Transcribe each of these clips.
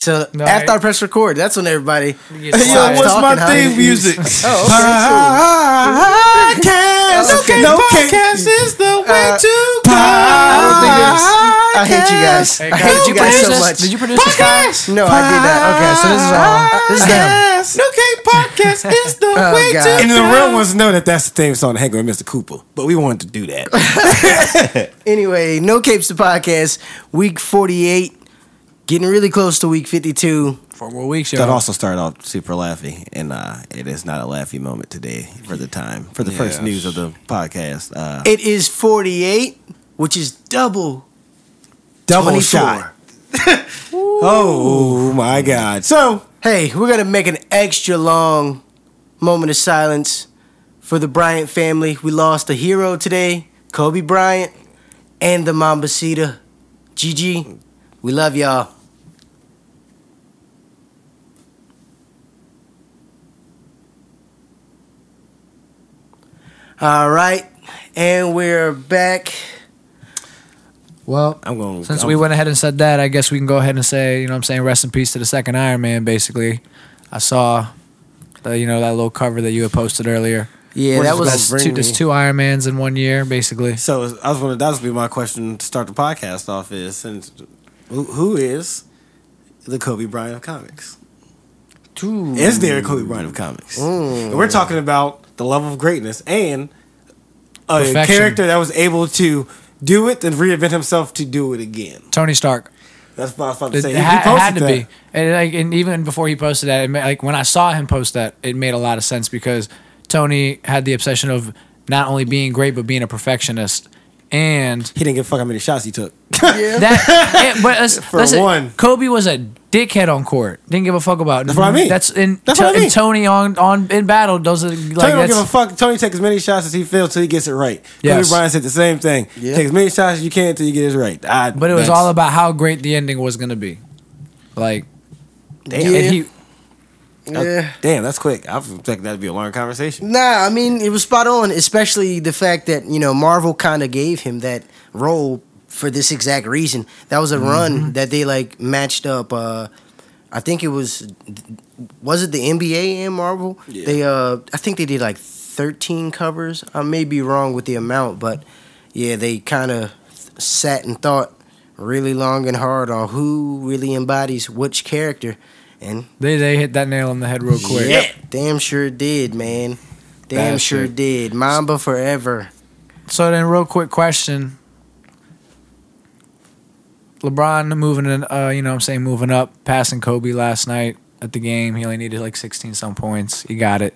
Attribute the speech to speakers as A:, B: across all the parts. A: So
B: No,
A: after
B: I-
A: I press record, that's when everybody.
B: You
A: Hey, yo,
B: get slapped.
A: what's my theme music? Podcast,
C: Okay, podcast is the way
A: Uh,
C: to go.
A: I hate you guys.
B: Hey,
A: I
B: guys,
A: hate you guys
B: produce
A: so
B: this?
A: much.
B: Did you produce this?
C: Podcast.
A: No, I did not. Okay, so this is all. This is them.
C: Podcast. Okay, podcast is the
A: Oh,
C: way
A: God.
C: to
A: And
C: go.
D: the real ones know that that's the theme song, Hank and Mr. Cooper. But we wanted to do that.
A: Anyway, no capes the podcast. Week forty-eight, getting really close to week fifty-two.
B: Four more weeks,
D: that
B: y'all.
D: also started off super laughy, and uh, it is not a laughy moment today for the time for the first
C: Yes.
D: news of the podcast. Uh,
A: It is forty-eight, which is double
D: double
A: 24.
D: shot. Oh my God! So
A: Hey, we're gonna make an extra long moment of silence for the Bryant family. We lost a hero today, Kobe Bryant, and the Mambasita, Gigi. We love y'all. All right, and we're back.
B: Well,
D: I'm going.
B: since we went ahead and said that, I guess we can go ahead and say, you know what I'm saying, rest in peace to the second Iron Man, basically. I saw, the, you know, that little cover that you had posted earlier.
A: Yeah,
D: We're
A: that
D: just
A: was
D: gonna
B: That's
D: bring
B: two, there's
D: me-
B: two Iron Mans in one year, basically.
D: So I was going to. That was gonna be my question to start the podcast off. Is since who, who is the Kobe Bryant of comics?
A: two.
D: Is there a Kobe Bryant of comics? And we're talking about the level of greatness and a
B: Perfection.
D: character that was able to do it and reinvent himself to do it again.
B: Tony Stark.
D: That's what I was about to
B: It,
D: say.
B: it
D: He- he
B: had, it had to
D: posted
B: be. And, like, and even before he posted that, it ma- like when I saw him post that, it made a lot of sense because Tony had the obsession of not only being great, but being a perfectionist. And
D: that. He didn't give a fuck how many shots he took.
B: That, yeah, but let's,
D: For
B: listen,
D: one.
B: Kobe was a dickhead on court. Didn't give a fuck about. That's
D: what I mean.
B: That's in.
D: That's what I
B: and
D: mean.
B: Tony on on in battle. Those are like
D: Tony don't give a
B: that's.
D: fuck. Tony takes as many shots as he feels till he gets it right.
B: Yes.
D: Kobe Bryant said the same thing.
A: Yeah.
D: Take as many shots as you can till you get it right. I,
B: But it was
D: that's-
B: all about how great the ending was gonna be. Like,
A: Damn.
B: and he
A: yeah.
D: Damn, that's quick. I was expecting that to be a long conversation.
A: Nah, I mean it was spot on, especially the fact that you know Marvel kind of gave him that role for this exact reason. That was a run that they like matched up. Uh, I think it was was it the NBA and Marvel?
D: Yeah.
A: They uh, I think they did like thirteen covers. I may be wrong with the amount, but yeah, they kind of sat and thought really long and hard on who really embodies which character, and
B: they they hit that nail on the head real quick.
A: Damn sure did, man. Damn
B: That
A: sure
B: shit.
A: did. Mamba forever.
B: So then, real quick question: LeBron moving, in, uh, you know, what I'm saying moving up, passing Kobe last night at the game. He only needed like 16 some points. He got it.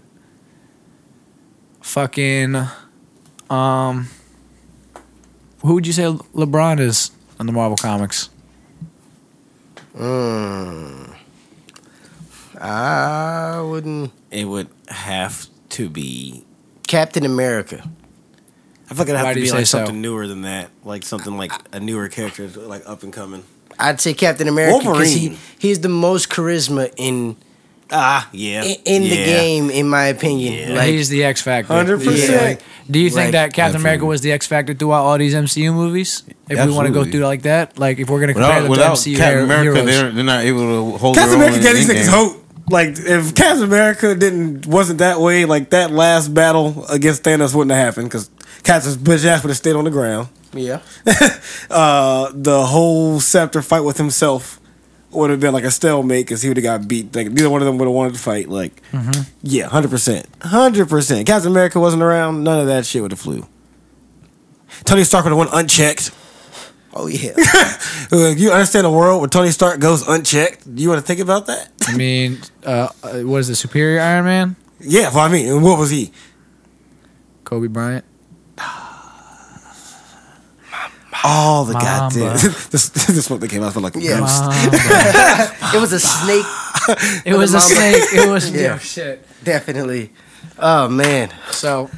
B: Fucking, um, who would you say Le- LeBron is in the Marvel comics?
A: Mm. I wouldn't.
D: It would have to be
A: Captain America.
D: I feel like it'd
B: Why
D: have
B: do
D: to
B: you
D: be
B: say
D: like
B: so?
D: something newer than that, like something like a newer character, like up and coming.
A: I'd say Captain America because he
D: Wolverine.
A: he's the most charisma in
D: Ah, yeah,
A: in, in the
D: Yeah.
A: game, in my opinion.
D: Yeah.
A: Like,
B: He's the X Factor.
D: 100%.
B: Like, do you think
A: Like,
B: that Captain America
C: absolutely.
B: was the X Factor throughout all these MCU movies? If we want to go
C: Absolutely.
B: through like that, like if we're gonna compare
C: Without,
B: them
C: without
B: to MCU
C: Captain
B: her-
C: America,
B: heroes.
C: they're, they're not able to hold.
D: Captain
C: their own
D: America gave
C: in
D: these
C: the end
D: niggas
C: game.
D: hope. Like if Captain America didn't wasn't that way, like that last battle against Thanos wouldn't have happened because Captain's bitch ass would have stayed on the ground.
A: yeah.
D: Uh, the whole scepter fight with himself would have been like a stalemate because he would have got beat. Like neither one of them would have wanted to fight. Like
B: Mm-hmm.
D: yeah, hundred percent, hundred percent. Captain America wasn't around. None of that shit would have flew. Tony Stark would have went unchecked.
A: Oh yeah.
D: Uh, you understand a world where Tony Stark goes unchecked? You want to think about that?
B: I mean, uh, uh, what is the superior Iron Man?
D: yeah, well, I mean, and what was he?
B: Kobe Bryant.
D: All the
B: Mamba.
D: goddamn. this, this one that came out felt like a
A: Yeah.
D: ghost.
A: it was a snake,
B: it Uh, was a
A: Mamba.
B: snake. It was
A: Yeah.
B: yeah. shit.
A: definitely. Oh man.
B: So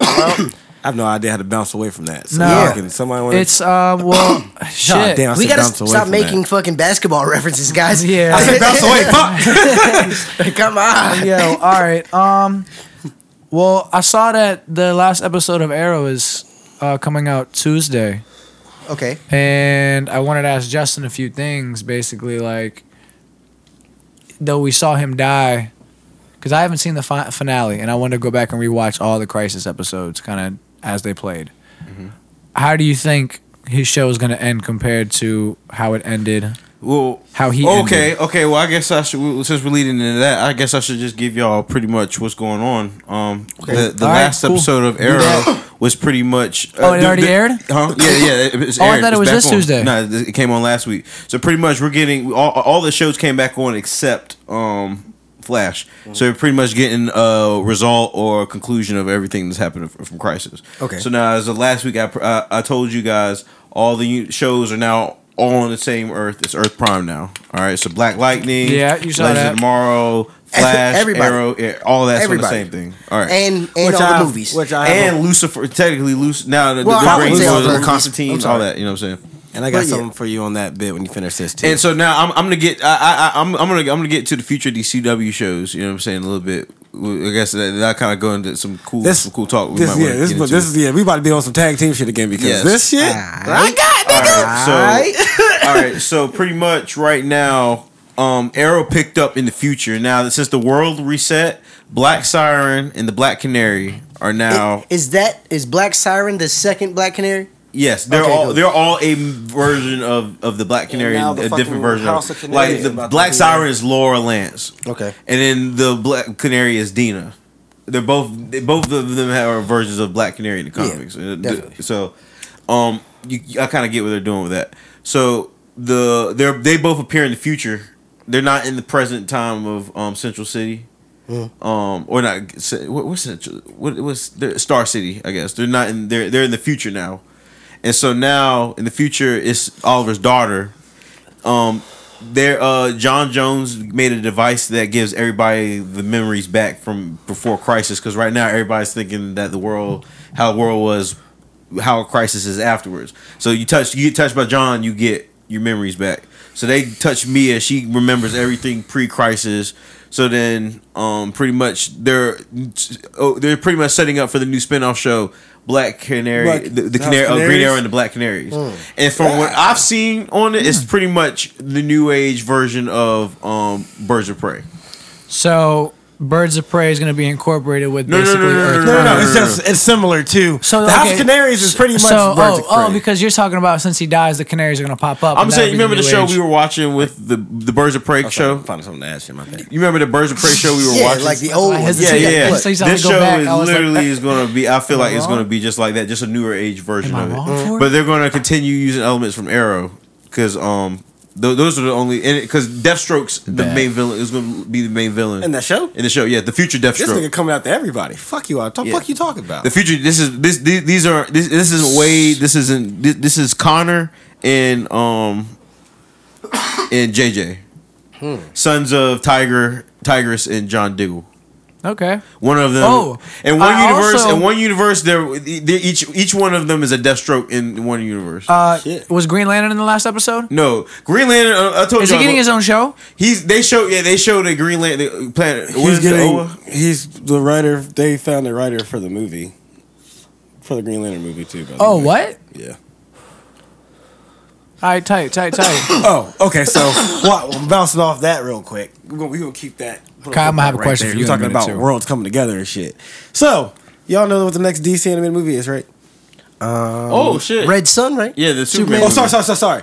D: I have no idea how to bounce away from that. So
B: No.
D: yeah. somebody wanna-
B: it's uh well shit.
D: damn. I
A: we
D: said
A: gotta
D: bounce away
A: stop
D: from
A: making fucking basketball references, guys.
B: Yeah.
D: I said bounce away. Fuck.
A: Come on.
B: Yo, all right. Um, well, I saw that the last episode of Arrow is uh, coming out Tuesday,
A: Okay.
B: and I wanted to ask Justin a few things. Basically, like though we saw him die, because I haven't seen the fi- finale, and I wanted to go back and rewatch all the Crisis episodes, kind of as they played.
C: Mm-hmm.
B: How do you think his show is going to end compared to how it ended?
C: Well,
B: How he
C: okay,
B: ended.
C: okay. Well, I guess I should well, since we're leading into that. I guess I should just give y'all pretty much what's going on. Um, the the
B: All right,
C: last
B: cool.
C: episode of Arrow was pretty much. uh,
B: Oh, it
C: the-
B: already
C: the-
B: aired?
C: Huh? Yeah, yeah. It, it's
B: Oh, I
C: aired.
B: thought it
C: It's
B: was
C: back
B: this
C: on.
B: Tuesday.
C: No, th- it came on last week. So pretty much we're getting all all the shows came back on except um Flash. So we're pretty much getting a result or a conclusion of everything that's happened from, from Crisis.
A: Okay.
C: So now as the last week, I pr- I, I told you guys all the u- shows are now all on the same Earth. It's Earth Prime now. All right. So Black Lightning.
B: Yeah, you saw
C: Legends
B: that.
C: of Tomorrow. Flash,
A: Everybody.
C: Arrow, yeah, all that's on the
A: Everybody.
C: same thing. All right,
A: and and all
D: I,
A: the movies.
D: Which I have
C: and Lucifer, technically Lucifer. Now the,
A: Well,
C: the
A: I
C: brain
A: would say
C: goes
A: all
C: to
A: the- I'm
C: Constantine,
A: sorry.
C: all that. You know what I'm saying?
D: a- and I got
A: But yeah.
D: something for you on that bit when you finish this too.
C: And so now I'm, I'm gonna get I, I I'm I'm gonna I'm gonna get to the future DCW shows. You know what I'm saying? A little bit. I guess that, that kind of go into some cool
D: this
C: some cool talk. We
D: this,
C: might
D: yeah,
C: wanna
D: this,
C: get
D: but
C: into.
D: this is yeah. We about to be on some tag team shit again because
C: Yes.
D: this shit.
B: Ah.
A: I got
C: All right, so all right, so pretty much right now, um, Arrow picked up in the future. Now since the world reset, Black Siren and the Black Canary are now
A: Is that is Black Siren the second Black Canary?
C: Yes, they're
A: Okay,
C: all
A: good.
C: they're all a version of, of the Black Canary,
D: now the
C: a
D: fucking
C: different version.
D: House
C: Of,
D: of Canary
C: like
D: is
C: the
D: about to
C: Black
D: be
C: Siren is Laura Lance,
A: Okay.
C: and then the Black Canary is Dina. They're both they, both of them are versions of Black Canary in the
A: Yeah,
C: comics. Uh, d-
A: definitely.
C: so, um, you, I kind of get what they're doing with that. So the they're they both appear in the future. They're not in the present time of um, Central City.
A: Hmm.
C: Um, or not? Ci- What, what's Central? What was Star City? I guess they're not in. They're they're in the future now. And so now in the future, it's Oliver's daughter. Um, there, uh, John Jones made a device that gives everybody the memories back from before Crisis. Because right now, everybody's thinking that the world, how the world was, how Crisis is afterwards. So you touch, you get touched by John, you get your memories back. So they touch Mia, she remembers everything pre-Crisis. So then, um, pretty much they're oh, they're pretty much setting up for the new spin-off show, Black Canary,
D: Black-
C: the, the
D: House
C: Canary, oh, Green
D: Canaries?
C: Arrow, and the Black Canaries. And from what I've seen on it, it's pretty much the new age version of um, Birds of Prey.
B: So Birds of Prey is going to be incorporated with
C: No, no,
B: basically
C: no, no,
B: Earth
C: no,
D: No, no, no,
B: Prime.
D: it's just it's similar to
B: So,
D: the House
B: okay,
D: of Canaries is pretty much
B: so,
D: Birds
B: oh,
D: of
B: oh,
D: Prey.
B: because you're talking about since he dies, the canaries are going to pop up.
C: I'm
B: and
C: saying, you
B: that'll be
C: remember the show
B: new
C: we
B: age.
C: were watching with the the Birds of Prey show?
D: Find something to ask you, my thing.
C: You remember the Birds of Prey show we were
A: yeah,
C: watching?
A: like the old
B: I
A: one.
B: hesitate.
C: yeah, yeah. yeah.
B: That's-
C: This
B: that's- I go
C: show
B: back,
C: is
B: I was like,
C: literally
B: eh.
C: is going to be. I feel like it's
B: wrong?
C: going to be just like that, just a newer age
B: Am
C: version
B: I
C: of it.
B: wrong for it?
C: But they're going to continue using elements from Arrow because um th- those are the only because Deathstroke's the
D: Bad.
C: main villain is going to be the main villain
D: In that show?
C: in the show. Yeah, the future
D: This
C: Deathstroke.
D: nigga coming out to everybody. Fuck you out. What the
C: Yeah.
D: fuck you talking about?
C: The future. This is this. These, these are this. This is Wade. This isn't. This, this is Connor and um and JJ, sons of Tiger, Tigress, and John Diggle.
B: Okay.
C: One of them.
B: Oh,
C: in one
B: I
C: universe.
B: also-
C: in one universe, there they- each each one of them is a Deathstroke in one universe.
B: Uh,
D: Shit.
B: was Green Lantern in the last episode?
C: no, Green Lantern. Uh, I told
B: Is
C: you.
B: he getting his own show?
C: He's. They show. Yeah, they showed a Green Lantern the planet. what
D: he's
C: is it,
D: getting
C: Oa?
D: he's the writer. They found the writer for the movie, for the Green Lantern movie too. By the
B: Oh,
D: way.
B: what?
D: Yeah.
B: All right, tight, tight, tight.
D: Oh, okay. So, well, I'm bouncing off that real quick. We're gonna, we gonna keep that.
B: Okay, I'm gonna have a question for you
D: We're
B: in a
D: talking
B: minute,
D: about
B: too.
D: worlds coming together and shit. So, y'all know what the next DC animated movie is, right?
C: oh shit.
A: Red Sun, right?
C: Yeah, the Superman.
D: Oh, sorry, sorry, sorry, sorry.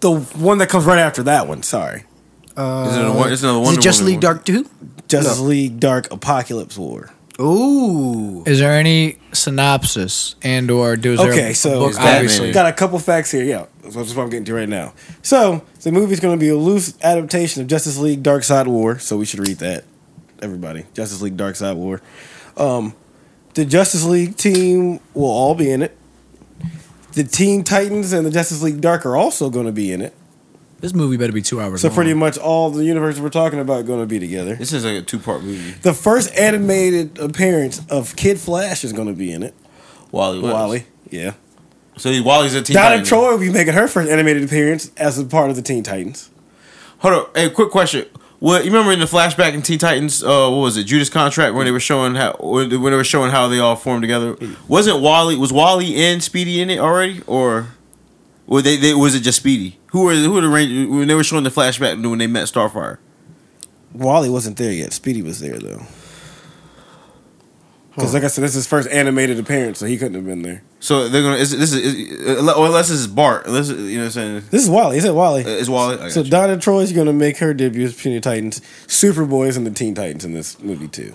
D: The one that comes right after that one. Sorry,
C: Is it another one? It's another
A: Is
C: Wonder
A: it Just
C: Woman
A: League
C: one.
A: Dark Two?
D: Justice League Dark Apocalypse War.
A: Ooh.
B: Is there any synopsis and or do is there
D: okay,
B: a
D: so
B: book?
C: Batman.
B: Obviously,
D: got a couple facts here. Yeah, that's what that's what I'm getting to right now. So the movie's going to be a loose adaptation of Justice League Dark Side War. So we should read that, everybody. Justice League Dark Side War. Um, the Justice League team will all be in it. The Teen Titans and the Justice League Dark are also going to be in it.
B: this movie better be two hours.
D: So
B: long.
D: pretty much all the universes we're talking about are going to be together.
C: This is like a two part movie.
D: The first animated appearance of Kid Flash is going to be in it.
C: Wally. West.
D: Wally, yeah.
C: So he, Wally's a Teen
D: Donna
C: Titan.
D: Troy will be making her first animated appearance as a part of the Teen Titans.
C: Hold up. Hey, quick question. What you remember in the flashback in Teen Titans? Uh, what was it? Judas Contract when they were showing how when they were showing how they all formed together. Wasn't Wally was Wally and Speedy in it already, or were they, they was it just Speedy? Who were who were the range when they were showing the flashback when they met Starfire?
D: Wally wasn't there yet. Speedy was there though. Because like I said, this is his first animated appearance, so he couldn't have been there.
C: So they're gonna. Is, this is or unless this is Bart. Unless you know what I'm saying.
D: This is Wally. Is it Wally?
C: Uh, It's Wally. I
D: so
C: got you.
D: Donna Troy's going to make her debut as Teen Titans. Superboy's in the Teen Titans in this movie too.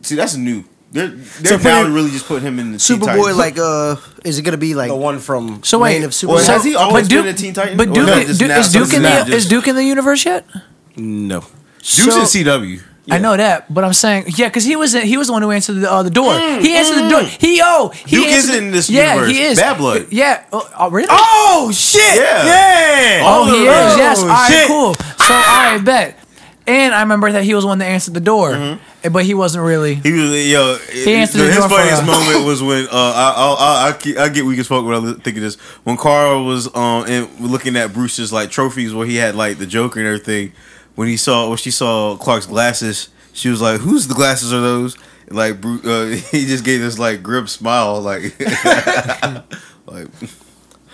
C: See, that's new. They're they're
D: So pretty-
C: now really just putting him in the Teen
A: Superboy,
C: Titans.
A: like, uh, is it gonna be like?
D: The one from
B: So
A: Reign
B: wait,
A: of
B: so,
A: Superman. Well,
C: has he always been a Teen Titan?
B: But
C: Or
B: Duke,
C: no,
B: is-
C: just
B: Duke-
C: now-
B: is
C: so
B: Duke
C: this
B: in
C: is
B: the
C: now just-
B: is Duke in the universe yet?
D: no.
C: Duke's
B: So-
C: in CW.
B: I know that, but I'm saying yeah, because he was he was the one who answered the, uh, the door. he answered the door. He oh he
C: Mm, Duke is
B: answered the-
C: in this
B: yeah,
C: universe.
B: He is
C: Bad Blood.
B: Yeah. Oh, oh, really?
D: Oh shit!
C: Yeah.
D: Yeah.
B: Oh, he
C: of Ah.
B: is.
C: them.
B: Yes. All right.
D: shit.
B: Cool. So all right, bet. And I remember that he was the one that answered the door,
C: Mm-hmm.
B: Eh, but he wasn't really.
C: He was yo. He
B: answered the
C: his
B: door for
C: funniest
B: us.
C: moment was when uh, I, I I I ke- I get weak as fuck when I li- think of this. When Carl was um and looking at Bruce's like trophies where he had like the Joker and everything. When he saw when she saw Clark's glasses, she was like, "Whose the glasses are those?" And, like Bruce, uh, he just gave this like grim smile, like like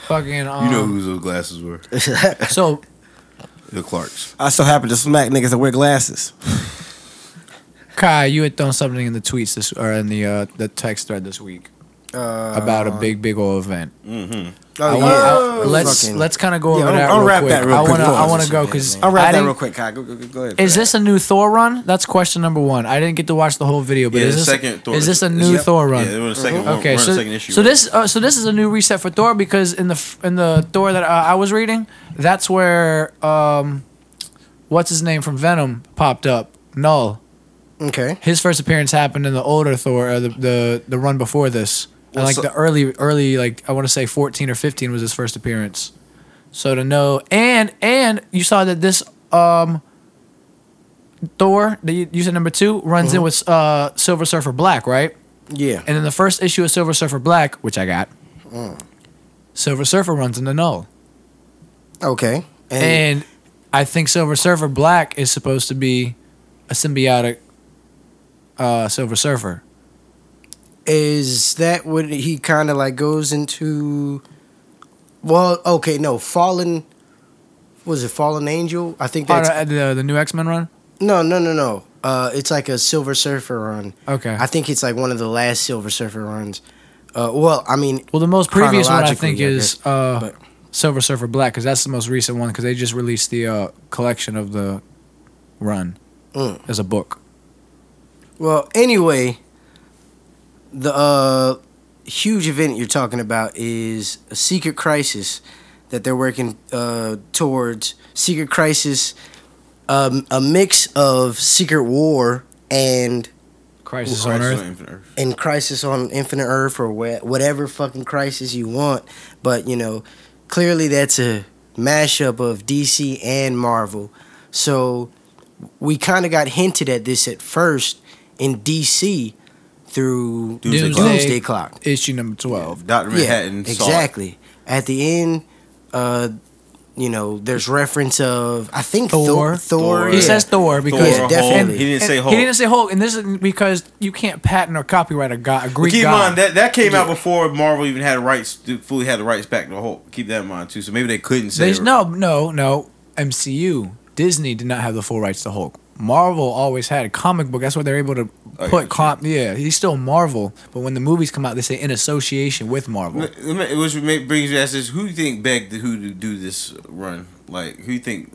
B: Fucking. Um,
C: you know whose those glasses were
B: So
C: the Clarks.
D: I still happen to smack niggas that wear glasses.
B: Kai, you had thrown something in the tweets this or in the uh, the text thread this week
A: uh,
B: about a big big old event. I
A: oh,
B: wanna,
A: yeah.
B: I- let's
A: Fucking-
B: let's kind of go
D: Yeah,
B: over
D: I'll-
B: that.
D: I'll
B: real
D: wrap
B: quick.
D: that real
B: I
D: quick.
B: wanna
D: Go
B: I
D: on.
B: want to go because
D: I'll wrap that real quick, Kai. Go, go, go, go ahead.
B: Is this a new Thor run? That's question number one. I didn't get to watch the whole video, but
C: Yeah,
B: is
C: the
B: this
C: second Thor-
B: is this a
C: is-
B: new
C: yep.
B: Thor run? Uh-huh.
C: Yeah, they were the second one.
B: Okay,
C: we're on
B: so,
C: the second issue.
B: so
C: right?
B: this uh, so this is a new reset for Thor because in the f- in the Thor that uh, I was reading, that's where um, what's his name from Venom popped up. Null.
A: okay.
B: His first appearance happened in the older Thor, or the the, the run before this, and
C: Well,
B: like
C: so-
B: the early early like I want to say fourteen or fifteen was his first appearance. So to know, and and you saw that this um. Thor, that you you said number two, runs
C: Mm-hmm.
B: in with uh, Silver Surfer Black, right?
A: Yeah.
B: And in the first issue of Silver Surfer Black, which I got,
C: Mm.
B: Silver Surfer runs into Null.
A: Okay.
B: And I think Silver Surfer Black is supposed to be a symbiotic uh, Silver Surfer.
A: Is that what he kind of like goes into? Well, okay, no, fallen. Was it fallen angel? I think
B: Part
A: that's
B: of the, the new X Men run?
A: no, no, no, no. Uh, it's like a Silver Surfer run.
B: Okay.
A: I think it's like one of the last Silver Surfer runs. Uh, well, I mean,
B: well, the most previous one I think
A: chronologically, I
B: is
A: guess,
B: uh,
A: but-
B: Silver Surfer Black, because that's the most recent one, because they just released the uh, collection of the run
A: Mm.
B: as a book.
A: well, anyway, the uh, huge event you're talking about is a secret crisis that they're working uh, towards. Secret crisis, um, a mix of secret war and
B: Crisis
C: Christ
B: on Earth.
C: on Earth.
A: and Crisis on Infinite Earth or wha- whatever fucking crisis you want. But, you know, clearly that's a mashup of DC and Marvel. So we kind of got hinted at this at first in DC through
C: Doomsday
A: Doomsday,
C: Clock.
A: Clock.
B: Issue number 12.
C: Doctor Manhattan.
A: Yeah,
C: saw it.
A: exactly. At the end, uh, you know, there's reference of, I think Thor.
B: Thor.
A: Thor.
C: Thor.
B: He
A: yeah.
B: says Thor because
A: Thor,
C: Hulk.
A: definitely.
C: He
B: And
C: didn't say Hulk.
B: He didn't say Hulk, and this is because you can't patent or copyright a god, a Greek
C: keep in
B: god.
C: mind that that came out before Marvel even had rights, to- fully had the rights back to Hulk. Keep that in mind too. So maybe they couldn't say
B: There's no, no, no. MCU, Disney did not have the full rights to Hulk. Marvel always had a comic book. That's why they're able to
C: Oh, yeah,
B: put
C: sure.
B: comp. Yeah, he's still Marvel, but when the movies come out, they say in association with Marvel.
C: Let me- let me- Which ma- brings me to ask this: Who do you think begged who to do this run? Like, who you think?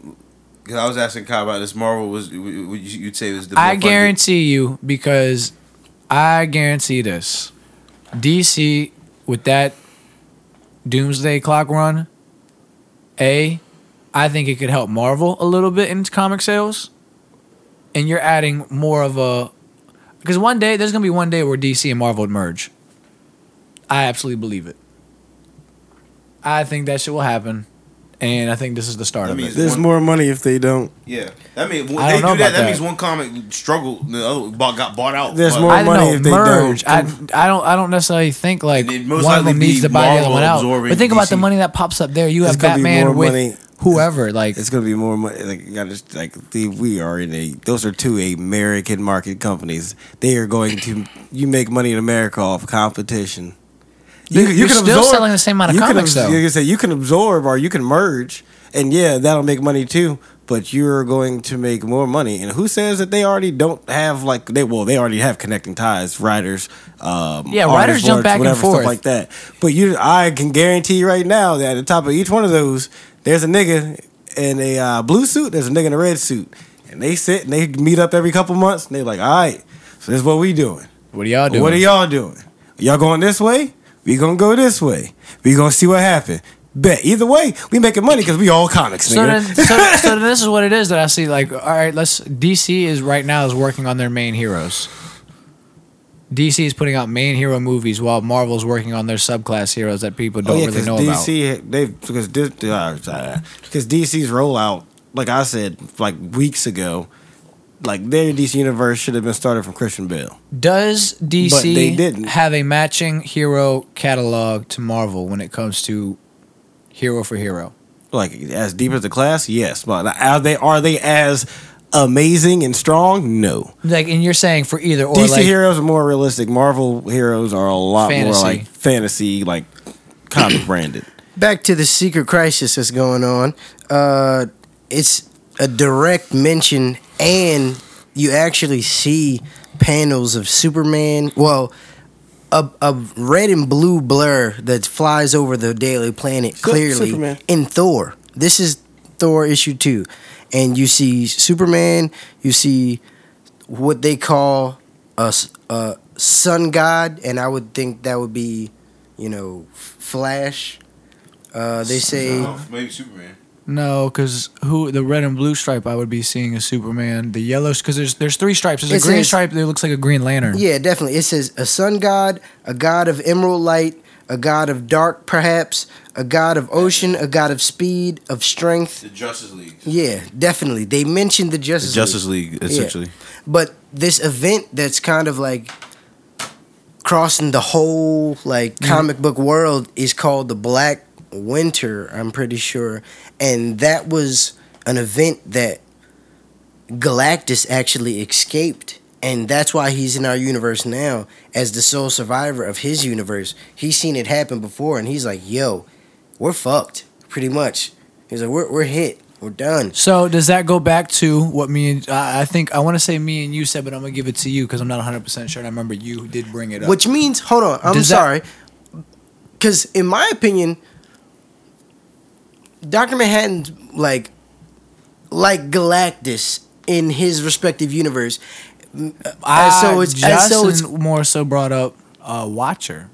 C: Because I was asking Kyle about this. Marvel was w- w- you- you'd say was the
B: I
C: more funded.
B: guarantee you because I guarantee this. DC with that Doomsday Clock run, a, I think it could help Marvel a little bit in its comic sales, and you're adding more of a because one day there's gonna be one day where DC and Marvel would merge. I absolutely believe it. I think that shit will happen, and I think this is the start
C: That
B: of it.
C: means-
D: There's
C: one-
D: more money if they don't.
C: Yeah, I mean,
B: I don't
C: when they do
B: know
C: that,
B: about
C: that.
B: that.
C: means one comic struggled, the other bought, got bought out.
D: There's
C: But-
D: more-
B: I don't
D: money
B: know,
D: if they
B: merge.
D: don't.
B: I, I don't. I don't necessarily think like
C: It'd most
B: one of
C: likely
B: them needs
C: be
B: to buy the other
C: Marvel
B: one out.
C: absorbing
B: But think about the
C: DC.
B: money that pops up there. You
D: It's
B: have
D: gonna be more
B: Batman with
D: money.
B: whoever. Like
D: It's gonna be more money. Like you gotta just, like the, we are in a. Those are two American market companies. They are going to. You make money in America off competition.
B: You- you're still selling the same amount of
D: you
B: comics,
D: can, abs-
B: though.
D: Like I said, you can absorb or you can merge, and yeah, that'll make money too. but you're going to make more money. And who says that they already don't have like they well they already have connecting ties, writers, um,
B: Yeah, writers jump back and forth.
D: stuff like that. But you, I can guarantee you right now that at the top of each one of those, there's a nigga in a uh, blue suit, there's a nigga in a red suit, and they sit and they meet up every couple months, and they're like, all right, so this is what we doing.
B: What are y'all doing?
D: What are y'all doing? Y'all going this way? We gonna go this way. We gonna see what happens. Bet either way, we making money because we all comics.
B: So then,
D: nigga.
B: so, so then this is what it is that I see. Like, all right, let's. DC is right now is working on their main heroes. DC is putting out main hero movies while Marvel's working on their subclass heroes that people don't really
D: Oh, 'cause
B: know about.
D: DC, They because this uh, because DC's rollout, like I said, like weeks ago, like their DC universe should have been started from Christian Bale.
B: Does DC
D: But they didn't.
B: have a matching hero catalog to Marvel when it comes to hero for hero?
D: Like as deep as the class, yes, but uh, are they are they as amazing and strong? No.
B: Like, and you're saying for either or,
D: DC
B: like,
D: heroes are more realistic. Marvel heroes are a lot
B: Fantasy.
D: more like fantasy, like comic branded.
A: back to the secret crisis that's going on. Uh, it's a direct mention, and you actually see panels of Superman. Well, a, a red and blue blur that flies over the Daily Planet clearly
D: Superman.
A: in Thor. This is Thor issue two, and you see Superman. You see what they call a, s- a sun god, and I would think that would be, you know, Flash. Uh, they say
C: Maybe Superman.
B: no, because who the red and blue stripe I would be seeing is Superman. The yellow, because there's there's three stripes. There's a
A: It
B: green
A: says-
B: stripe that looks like a Green Lantern.
A: Yeah, definitely. It says a sun god, a god of emerald light, a god of dark, perhaps, a god of ocean, a god of speed, of strength.
C: The Justice League.
A: Yeah, definitely. They mentioned the Justice,
C: Justice
A: League.
C: League, essentially.
A: But this event that's kind of like crossing the whole like comic book world is called the Black Winter, I'm pretty sure. And that was an event that Galactus actually escaped. And that's why he's in our universe now as the sole survivor of his universe. He's seen it happen before and he's like, yo, we're fucked, pretty much. He's like, we're, we're hit, we're done.
B: So does that go back to what me and I I think I want to say me and you said, but I'm gonna give it to you because I'm not 100 percent sure. And I remember you did bring it up.
A: Which means, hold on, I'm
B: Does that-
A: sorry. Because in my opinion, Dr. Manhattan's like, like Galactus in his respective universe.
B: I,
A: so it's-
B: Justin
A: and so it's-
B: more so brought up uh, Watcher.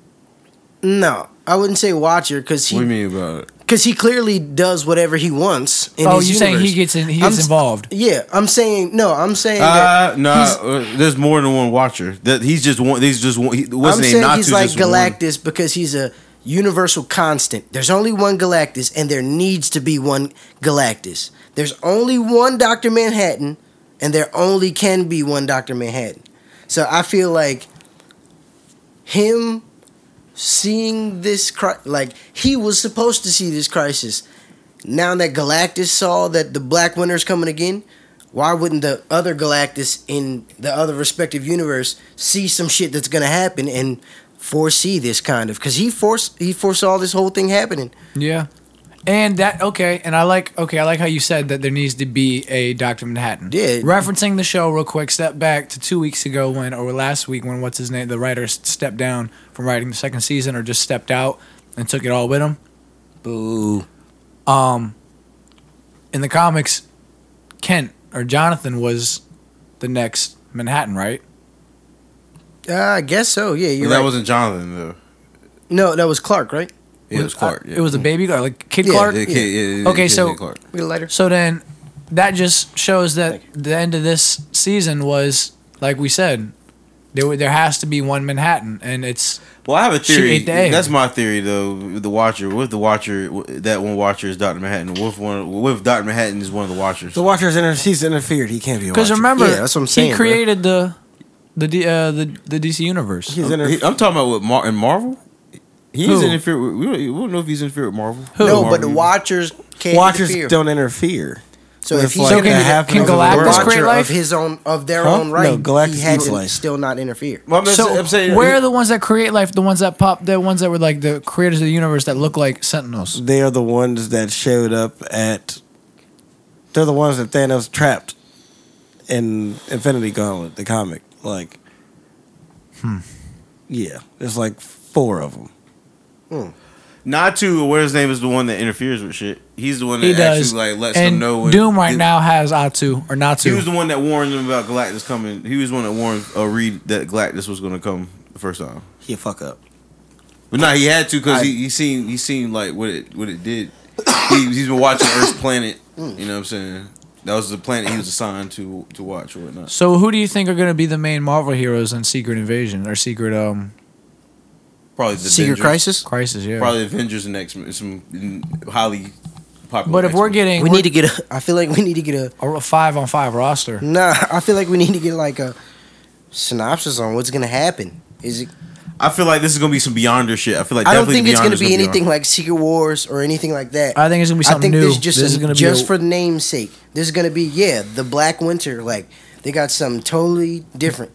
A: No, I wouldn't say Watcher because
C: What do
A: he
C: you mean about it?
A: because he clearly does whatever he wants. In
B: oh,
A: his
B: you saying he
A: universe.
B: gets in? He
A: I'm
B: gets
A: s-
B: involved.
A: Yeah, I'm saying no. I'm saying
C: Uh,
A: that
C: no,
A: he's-
C: uh, there's more than one Watcher. That he's just one. He's just one. He, what's
A: I'm
C: his
A: saying
C: name? Not
A: he's like Galactus because he's a universal constant. There's only one Galactus, and there needs to be one Galactus. There's only one Doctor Manhattan, and there only can be one Doctor Manhattan. So I feel like him seeing this, cri- like he was supposed to see this crisis. Now that Galactus saw that the Black Winter's coming again, why wouldn't the other Galactus in the other respective universe see some shit that's gonna happen and foresee this kind of? Because he force he foresaw this whole thing happening.
B: Yeah. And that okay, and I like okay, I like how you said that there needs to be a Doctor Manhattan.
A: Yeah.
B: Referencing the show real quick, step back to two weeks ago when, or last week when, what's his name, the writer s- stepped down from writing the second season, or just stepped out and took it all with him.
A: Boo!
B: Um, in the comics, Kent or Jonathan was the next Manhattan, right?
A: Uh, I guess so. Yeah, you're
C: That
A: right.
C: wasn't Jonathan though.
A: no, that was Clark, right?
C: Yeah, it was Clark.
B: uh, It was the baby Clark, like Kid
A: Yeah,
B: Clark.
C: Yeah,
A: yeah.
C: yeah, yeah,
B: Okay,
C: yeah,
B: so-
C: yeah, Clark.
A: We later.
B: So then, that just shows that the end of this season was like we said, there were- there has to be one Manhattan, and it's
C: Well, I have a
B: She
C: theory.
B: ate the egg.
C: That's my theory, though. with The Watcher, with the Watcher, that one Watcher is Doctor Manhattan. With one, with Doctor Manhattan is one of the Watchers.
D: The Watcher's inter- he's interfered. He can't be a
B: because
D: Watcher.
B: remember,
A: Yeah, that's what I'm saying,
B: he
A: bro.
B: created the the D, uh, the the DC universe.
D: he's
C: I'm,
D: interfered.
C: I'm talking about with Mar- in Marvel. He's
B: uh, Who?
C: interfered. With, we, don't, we don't know if he's interfered with Marvel.
B: Who?
A: No,
C: Marvel.
A: but the Watchers can't
D: Watchers
A: interfere.
D: don't interfere.
A: So
D: with,
A: if he's
D: like,
B: So
A: gonna
B: can-
A: be
D: half
A: the
B: can
D: another
B: Galactus
D: world.
A: watcher
B: create life?
A: of his own of their
D: Huh?
A: own right,
D: No, Galactus
A: he had
D: eats
A: to
D: life.
A: still not interfere.
C: Well, I'm, just-
B: So
C: I'm saying,
B: where are the ones that create life? The ones that pop, the ones that were like the creators of the universe that look like Sentinels.
D: They are the ones that showed up at They're the ones that Thanos trapped in Infinity Gauntlet, the comic. Like,
C: Hmm.
D: yeah, there's like four of them.
C: Natu, or what his name is, the one that interferes with shit. He's the one that
B: He does.
C: actually like lets
B: and
C: them know. when-
B: Doom right
C: he-
B: now has Atu or Natu.
C: He was the one that warned them about Galactus coming. He was the one that warned uh, Reed that Galactus was going to come the first time.
D: He a fuck up.
C: But no, he had to because
D: I-
C: he, he seen he seen like what it what it did. he, he's been watching Earth's planet. You know what I'm saying? That was the planet he was assigned to to watch or whatnot.
B: so who do you think are going to be the main Marvel heroes in Secret Invasion or Secret um
C: Probably the
A: Secret
C: Avengers.
A: Crisis.
B: Crisis? Yeah.
C: Probably Avengers and X Men. Some highly popular.
B: But if we're
C: X-Men.
B: getting
A: We need to get a. I feel like we need to get a.
B: a five on five roster,
A: Nah, I feel like we need to get like a synopsis on what's gonna happen. Is it?
C: I feel like this is gonna be some Beyonder shit. I feel like
A: I don't
C: definitely
A: think it's
C: Beyonder's
A: gonna be
C: on.
A: anything like Secret Wars or anything like that.
B: I think it's going to be
A: I
B: something
A: think
B: new.
A: this just
B: this
A: is
B: is going to be
A: just
B: a-
A: for namesake. This is gonna be yeah, the Black Winter. Like they got something totally different.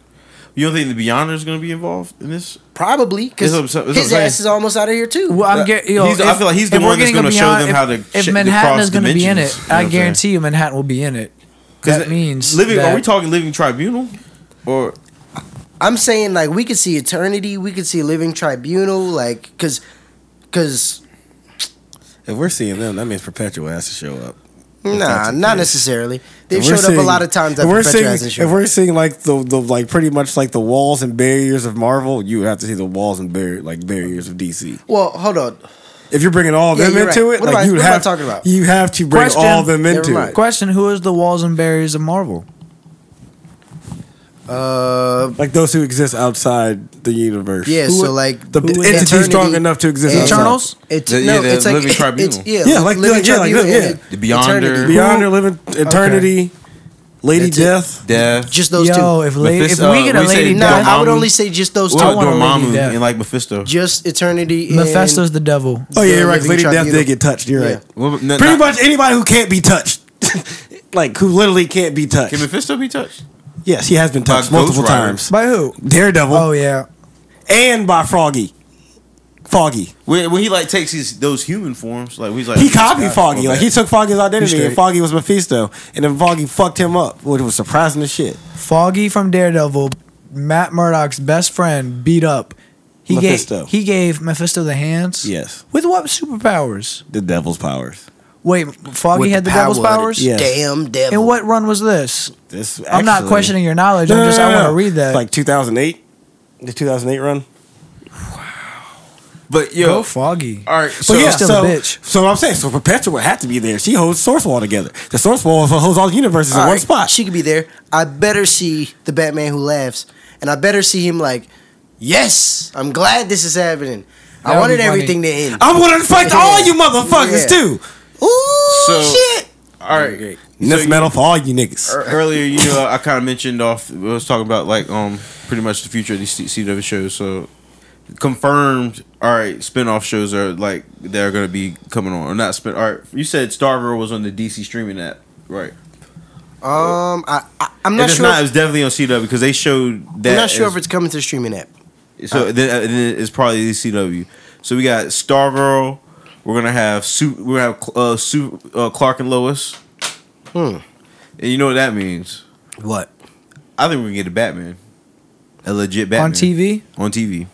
C: You don't think the Beyonder's gonna be involved in this?
A: Probably because
C: That's what I'm sa- that's what
A: his
C: I'm saying.
A: ass is almost out of here too.
B: Well, I'm get, yo,
C: He's- I feel like he's the
B: if
C: one
B: we're
C: that's
B: getting a
C: gonna show them
B: if-
C: how to
B: If
C: sh-
B: Manhattan
C: cross
B: is going to be in
C: dimensions,
B: it,
C: you know what
B: I
C: I'm
B: guarantee you Manhattan will be in it.
C: Because
B: That means
C: living.
B: that
C: Are we talking living tribunal, or
A: I'm saying like we could see Eternity, we could see Living Tribunal, like because because
D: If we're seeing them, that means Perpetual has to show up.
A: nah,
D: that's the
A: not
D: case.
A: necessarily. They've
D: If we're
A: showed up a
D: seeing-
A: lot of times.
D: If
A: after
D: we're
A: Petra
D: seeing,
A: hasn't shown
D: if
A: up.
D: we're seeing like the, the like pretty much like the walls and barriers of Marvel, you would have to see the walls and bar- like barriers of DC.
A: well, hold on.
D: If you're bringing all of
A: Yeah,
D: them
A: you're
D: into
A: right.
D: it,
A: What
D: like
A: am I-
D: you would
A: what am I
D: have
A: talking about?
D: You have to bring
B: Question.
D: all of them
A: Never
D: into
A: mind.
D: it.
B: question: Who is the walls and barriers of Marvel?
A: Uh,
D: Like those who exist outside the universe.
A: yeah.
B: Who
A: so
B: would-
A: like
D: the
A: who would
D: entity strong
A: Eternity-
D: enough to exist.
A: Yeah.
D: outside.
B: Eternals.
A: It's
C: The- yeah,
A: no,
C: the
A: it's like
C: Living
A: it's-
C: Tribunal.
A: yeah,
D: Yeah, like-
A: Living
D: like- yeah, like-
A: Tribunal
D: yeah.
A: and
C: The Beyonder.
A: Eternity.
D: Beyond or living eternity, Lady
A: That's it.
D: Death.
C: death?
A: Just those
B: Yo,
A: two.
B: if, lady, if
C: Mephis-
B: we
C: uh,
B: get a
C: we say
B: lady,
C: if-
A: No,
B: death,
A: I would only say just those two.
C: What
B: I
C: about
B: want a lady
C: Dormammu
B: death.
C: and like Mephisto?
A: Just Eternity. and-
B: Mephisto's the devil.
D: Oh yeah,
A: The
D: you're right.
A: Living
D: Lady Death
A: Tribunal.
D: did get touched. You're
A: Yeah.
D: right.
C: What about- no,
D: Pretty
C: not-
D: much anybody who can't be touched, like who literally can't be touched.
C: Can Mephisto be touched?
D: Yes, he has been touched
C: By Ghost
D: multiple
C: Rider.
D: times.
B: By who?
D: Daredevil
B: Oh yeah.
D: and by Froggy. Foggy.
C: When, when he like takes his those human forms, like he's like
D: He copied
C: God,
D: Foggy.
C: my
D: Like
C: bad.
D: he took Foggy's identity,
B: He's
D: and
B: straight.
D: Foggy was Mephisto, and then Foggy fucked him up, which was surprising as shit.
B: Foggy from Daredevil, Matt Murdock's best friend, beat up. He
D: Mephisto.
B: gave he gave Mephisto the hands.
D: Yes,
B: With what superpowers?
D: the devil's powers.
B: Wait, Foggy
A: with
B: had the, devil's
A: power of
B: powers.
A: the
D: Yeah. Yes.
A: Damn devil.
B: In what run was this?
D: This
B: I'm not
D: actually-
B: questioning your knowledge.
D: No,
B: I'm
D: no,
B: just
D: no,
B: I want
D: no.
B: to read that.
D: Like 2008, the 2008 run.
C: But yo,
B: Go Foggy.
C: all right, so
D: Well, yeah,
B: still
D: so,
B: a bitch.
D: so I'm saying, so Perpetua had to be there. She holds Source Wall together. The Source Wall holds all the universes in
A: All
D: one
A: right,
D: spot.
A: She could be there. I better see the Batman who laughs, and I better see him like, yes, I'm glad this is happening.
B: That
A: I
B: would
A: wanted
B: be funny.
A: everything to end.
D: I wanted to fight all you motherfuckers
A: Yeah.
D: too.
A: Ooh,
C: So-
A: shit.
C: all right.
D: Enough
C: you-
D: metal for all you niggas.
C: ear- Earlier, you know, I kind of mentioned off. I was talking about like um pretty much the future of these C- CW shows. So confirmed. All right, spinoff shows are like they're gonna be coming on or not spin. All right, you said Stargirl was on the DC streaming app, right?
A: Um, I, I I'm
C: If
A: not
C: it's
A: sure.
C: not,
A: if-
C: it's definitely on CW because they showed that.
A: I'm not sure
C: as-
A: if it's coming to the streaming app.
C: So then, uh, then it's probably the CW. So we got Stargirl. We're gonna have Sue. We're gonna have uh, Sue, uh, Clark and Lois.
A: Hmm.
C: And you know what that means?
A: What?
C: I think we can get a Batman, a legit Batman
B: on TV.
C: On TV,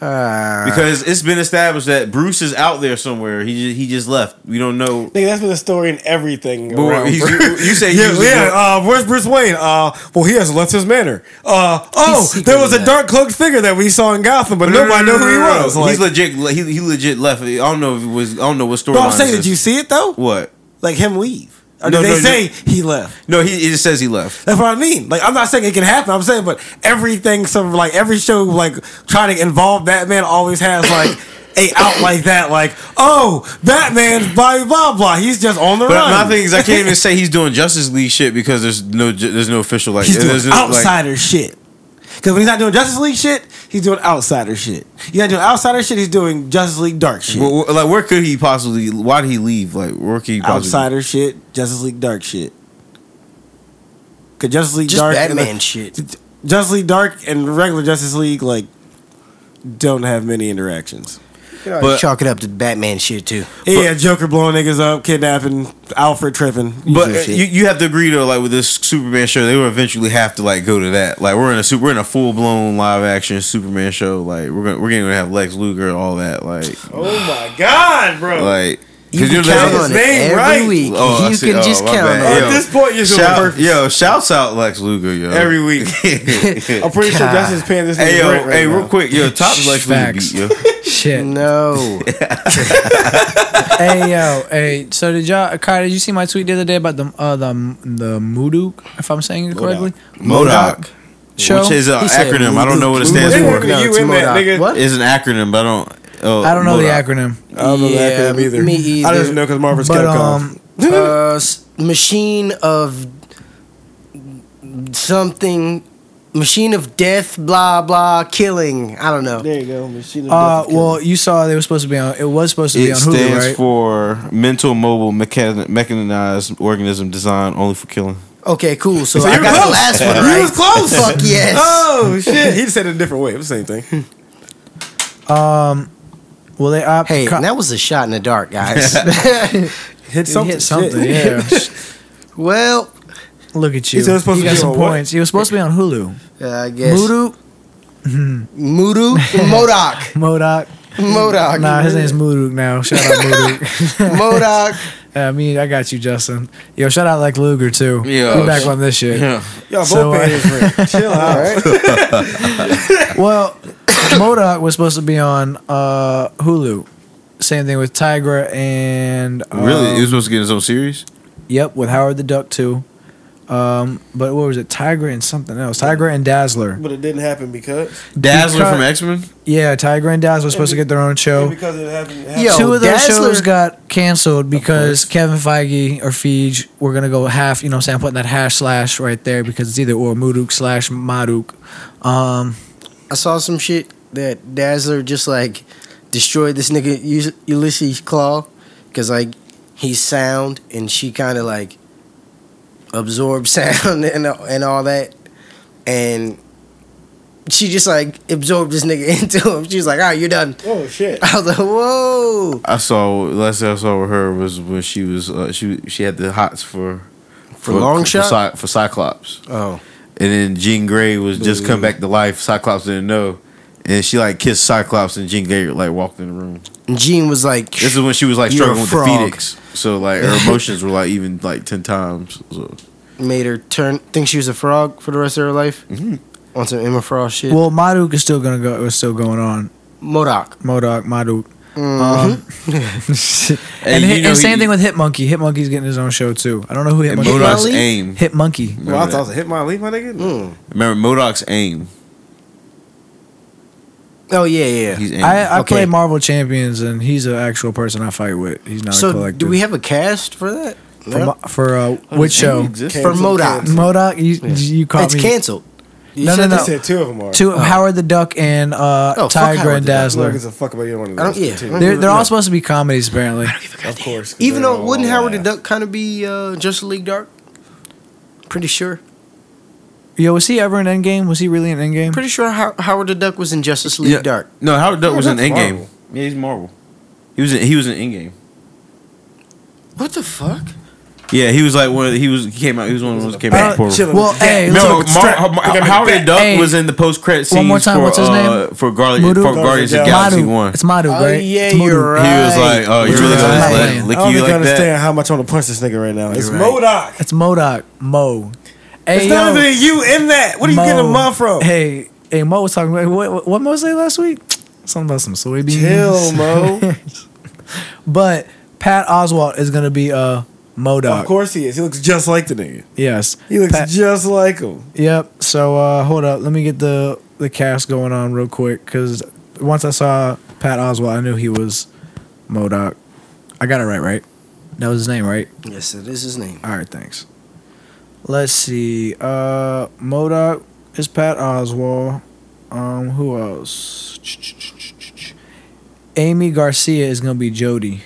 D: Ah.
A: Uh,
C: because it's been established that Bruce is out there somewhere. He just, he just left. We don't know.
D: Nigga, that's been the story in everything.
C: But
D: around
C: he's-
D: Bruce.
C: you- you say he
D: yeah,
C: was
D: yeah.
C: the-
D: Uh, where's Bruce Wayne? Uh, well, he has left his manor. Uh, oh, there was a
A: secretly
D: dark cloaked figure that we saw in Gotham, but nobody knew who he was. Like,
C: He's legit. He, he legit left. I don't know if it was. I don't know what story.
D: but I'm saying, did you see it though?
C: what?
D: Like him leave? Or
C: No,
D: did they say
C: no,
D: he left?
C: No, he it just says he left.
D: That's what I mean. Like I'm not saying it can happen. I'm saying, but everything, some like every show, like trying to involve Batman always has like a out like that. Like oh, Batman's blah blah blah. He's just on the
C: But
D: run.
C: my thing is, I can't even say he's doing Justice League shit because there's no ju- there's no official like
D: he's
C: there's
D: doing
C: no, like-
D: outsider shit. Because when he's not doing Justice League shit, he's doing outsider shit. He's not doing outsider shit. He's doing Justice League dark shit.
C: Wh- wh- like where could he possibly? Why did he leave? Like where could he possibly?
D: outsider shit. Justice League dark shit. Cause Justice League
A: just
D: dark
A: Batman shit.
D: Justice League Dark and regular Justice League like don't have many interactions.
A: I
C: But
A: chalk it up to Batman shit too.
D: Yeah, Joker blowing niggas up, kidnapping, Alfred tripping.
C: But
A: Usually
C: uh,
A: shit.
C: you, you have to agree though, like with this Superman show, they will eventually have to like go to that. Like we're in a super, we're in a full blown live action Superman show. Like we're gonna we're gonna have Lex Luger and all that. Like
D: Oh my god, bro.
C: like
A: You can count
D: his
A: on it
D: name
A: every
D: right.
A: week.
C: Oh, I
A: you
C: see.
A: can
C: Oh,
A: just
C: my
A: count
C: bad.
A: on
D: At
A: it.
C: Yo.
D: this point, you're so
C: shout,
D: perfect.
C: yo shouts out Lex Luger yo
D: Every week. I'm pretty sure
B: God.
D: Justin's paying this nigga
C: hey yo
D: rent right
C: hey
D: now.
C: real quick yo top Lex Luger
B: Facts.
C: beat yo
B: Shit.
A: No,
B: hey yo, hey. So did y'all, Kai? Did you see my tweet the other day about the uh, the the Mooduk, if I'm saying it correctly?
C: Modoc
B: Show.
C: which
D: uh,
C: is an
A: He said
C: acronym I don't know what it stands
D: Moodoo.
C: for
D: Moodoo. you
A: it's
D: in that,
A: Modok.
D: nigga.
A: What?
C: it's an acronym but I don't oh,
B: I don't know
C: MODOK.
B: the acronym.
D: I don't know
A: Yeah,
D: that acronym either.
A: me
D: I
A: either.
D: just know because Marvin's
B: But
D: Capcom.
B: um,
A: uh, s- machine of something, machine of death, blah blah, killing. I don't know.
D: there you go. Machine of
B: uh,
D: Death is
B: well, you saw they were supposed to be on. It was supposed to be
C: It
B: on Hulu,
C: stands
B: right?
C: for mental mobile mechan- mechanized organism designed only for killing.
A: Okay, cool. So
D: you
A: I
D: were
A: got the last
D: close.
A: one
D: You
A: right.
D: was close.
A: Fuck yes.
D: Oh shit! He said it a different way. It was the same thing.
B: Well, they opt.
A: Hey,
B: co-
A: that was a shot in the dark, guys.
D: Hit
B: they
D: something.
B: hit something.
D: shit.
B: Yeah.
A: well,
B: Look at you.
D: He said it was supposed
B: you
D: to
B: got
D: be
B: some
D: on what?
B: points. He was supposed to be on Hulu.
A: I guess
B: Mooduk,
A: Mudu Modoc
B: Modoc.
A: Modoc.
B: Nah, his name's Mooduk now. Shout out Mooduk.
A: Modoc.
B: I mean, I got you, Justin. Yo, shout out like Luger too.
C: Yeah.
B: we back on this shit.
D: Y'all both
B: So, uh,
D: paying his rent. Chill out.
B: Well, Modoc was supposed to be on uh, Hulu. Same thing with Tigra and um,
C: Really? He was supposed to get his own series?
B: Yep, with Howard the Duck too. Um, but what was it? Tigra and something else. Tigra and Dazzler.
D: But it didn't happen because
C: Dazzler
B: Because-
C: from X Men?
B: Yeah, Tigra and Dazzler were supposed to get their own show.
D: because it happened. it
A: Yo,
D: happened.
B: Two of those
A: Dazzler-
B: shows got canceled because Kevin Feige or Feige were gonna go half. You know, what I'm saying I'm putting that hash slash right there because it's either or Muduk slash Maduk. Um,
A: I saw some shit that Dazzler just like destroyed this nigga Us- Ulysses Claw because like he's sound and she kind of like absorbs sound and and all that and she just like absorbed this nigga into him. She was like, "All right, you're done."
D: Oh shit!
A: I was like, "Whoa."
C: I saw last thing I saw with her was when she was uh, she she had the hots for
A: For long
C: for,
A: shot?
C: Cy- for Cyclops.
A: Oh.
C: And then Jean Grey was just come back to life. Cyclops didn't know. And she like kissed Cyclops and Jean Grey like walked in the room.
A: And Jean was like,
C: This is when she was like
A: You're a
C: struggling with the
A: frog.
C: Phoenix. So like her emotions were like even like ten times. So
A: made her turn think she was a frog for the rest of her life on some Emma Frost shit.
B: well, Maduk is still gonna go. It was still going on.
A: Modoc.
B: Modoc, Maduk.
A: Uh-huh.
B: Um,
C: Hey,
B: and,
C: you
B: hit,
C: know
B: and same
C: he-
B: thing with Hit Monkey. Hit Monkey's getting his own show too. I don't know who Hit
C: and
B: Monkey.
C: Modoc's
A: Molly?
C: aim.
B: Hit Monkey.
D: Well, I
C: Remember,
D: thought I
C: that.
D: was a hit my leave my nigga.
A: Mm.
C: Remember Modoc's aim.
A: Oh yeah, yeah.
C: He's aiming.
B: I, uh, I
A: Okay.
B: play Marvel Champions, and he's an actual person I fight with. He's not a
A: so
B: collector.
A: do we have a cast for that?
B: for,
A: No?
B: Mo- for uh, which show?
A: For Modoc.
B: Modoc. You, you caught
A: it's
B: me.
A: canceled. You
B: No, no,
A: said
B: no.
D: They
A: this-
D: said two of them are.
B: To Howard the Duck and uh,
A: Oh, fuck
B: Tiger
A: Howard
B: and
A: the Duck.
B: Dazzler.
D: Look, it's a fuck about either one of
A: I
D: those.
A: don't- yeah.
D: two.
A: I
B: They're they're all
A: No.
B: supposed to be comedies apparently.
D: of course. 'cause
A: Even
D: they're
A: though
D: all
A: wouldn't Howard the
D: laugh.
A: Duck kind of be uh, Justice League Dark? Pretty sure.
B: Yo, was he ever in Endgame? Was he really in Endgame? Uh,
A: Pretty sure How- Howard the Duck was in Justice League
C: Yeah.
A: Dark.
C: No, Howard Duck
D: Yeah,
C: was in
D: that's
C: Endgame.
D: Marvel.
C: Yeah, he's Marvel. He was in, he was in Endgame.
A: What the fuck?
C: Yeah, he was like one. Of the, he was he came out. He was one of the ones that came out.
B: Uh,
C: Portal.
D: chillin'.
B: well, hey,
C: Remember,
B: look,
C: Mar- Mar- Mar- Howard the Duck
B: Hey.
C: was in the post credit scenes
B: Uh, One more time,
C: for,
B: what's his
C: uh,
B: name?
C: for, Guardi-
B: Mudu?
C: for Guardians of the
D: Madu.
C: Galaxy
B: Madhu.
C: 1.
B: It's Madu,
A: Oh,
B: right?
A: yeah,
B: It's Madu.
A: you're
C: He
A: right.
C: was like, oh, you
B: We're
C: really
B: not
C: gonna let-
B: playing.
C: lick
D: I don't
C: you
D: think
C: like
D: I understand
C: that?
D: how much I want to punch this nigga right now. It's
A: right.
D: Modoc.
B: It's Modoc. Mo. Hey,
D: It's
B: yo,
D: not even you in that. What are you
B: Mo.
D: getting a mom from?
B: Hey, hey, Mo was talking about what, what Mo say last week? Something about some soybeans.
D: Chill, Mo.
B: But Pat Oswalt is gonna be uh Modoc.
D: of course he is. He looks just like the nigga.
B: Yes.
D: He looks
B: Pat-
D: just like him.
B: Yep. So uh, hold up, let me get the the cast going on real quick because once I saw Pat Oswald, I knew he was Modoc. I got it right, right? That was his name, right?
A: Yes, that is his name.
B: All right, thanks. Let's see. Uh, Modoc is Pat Oswald. Um, who else? Amy Garcia is gonna be Jody.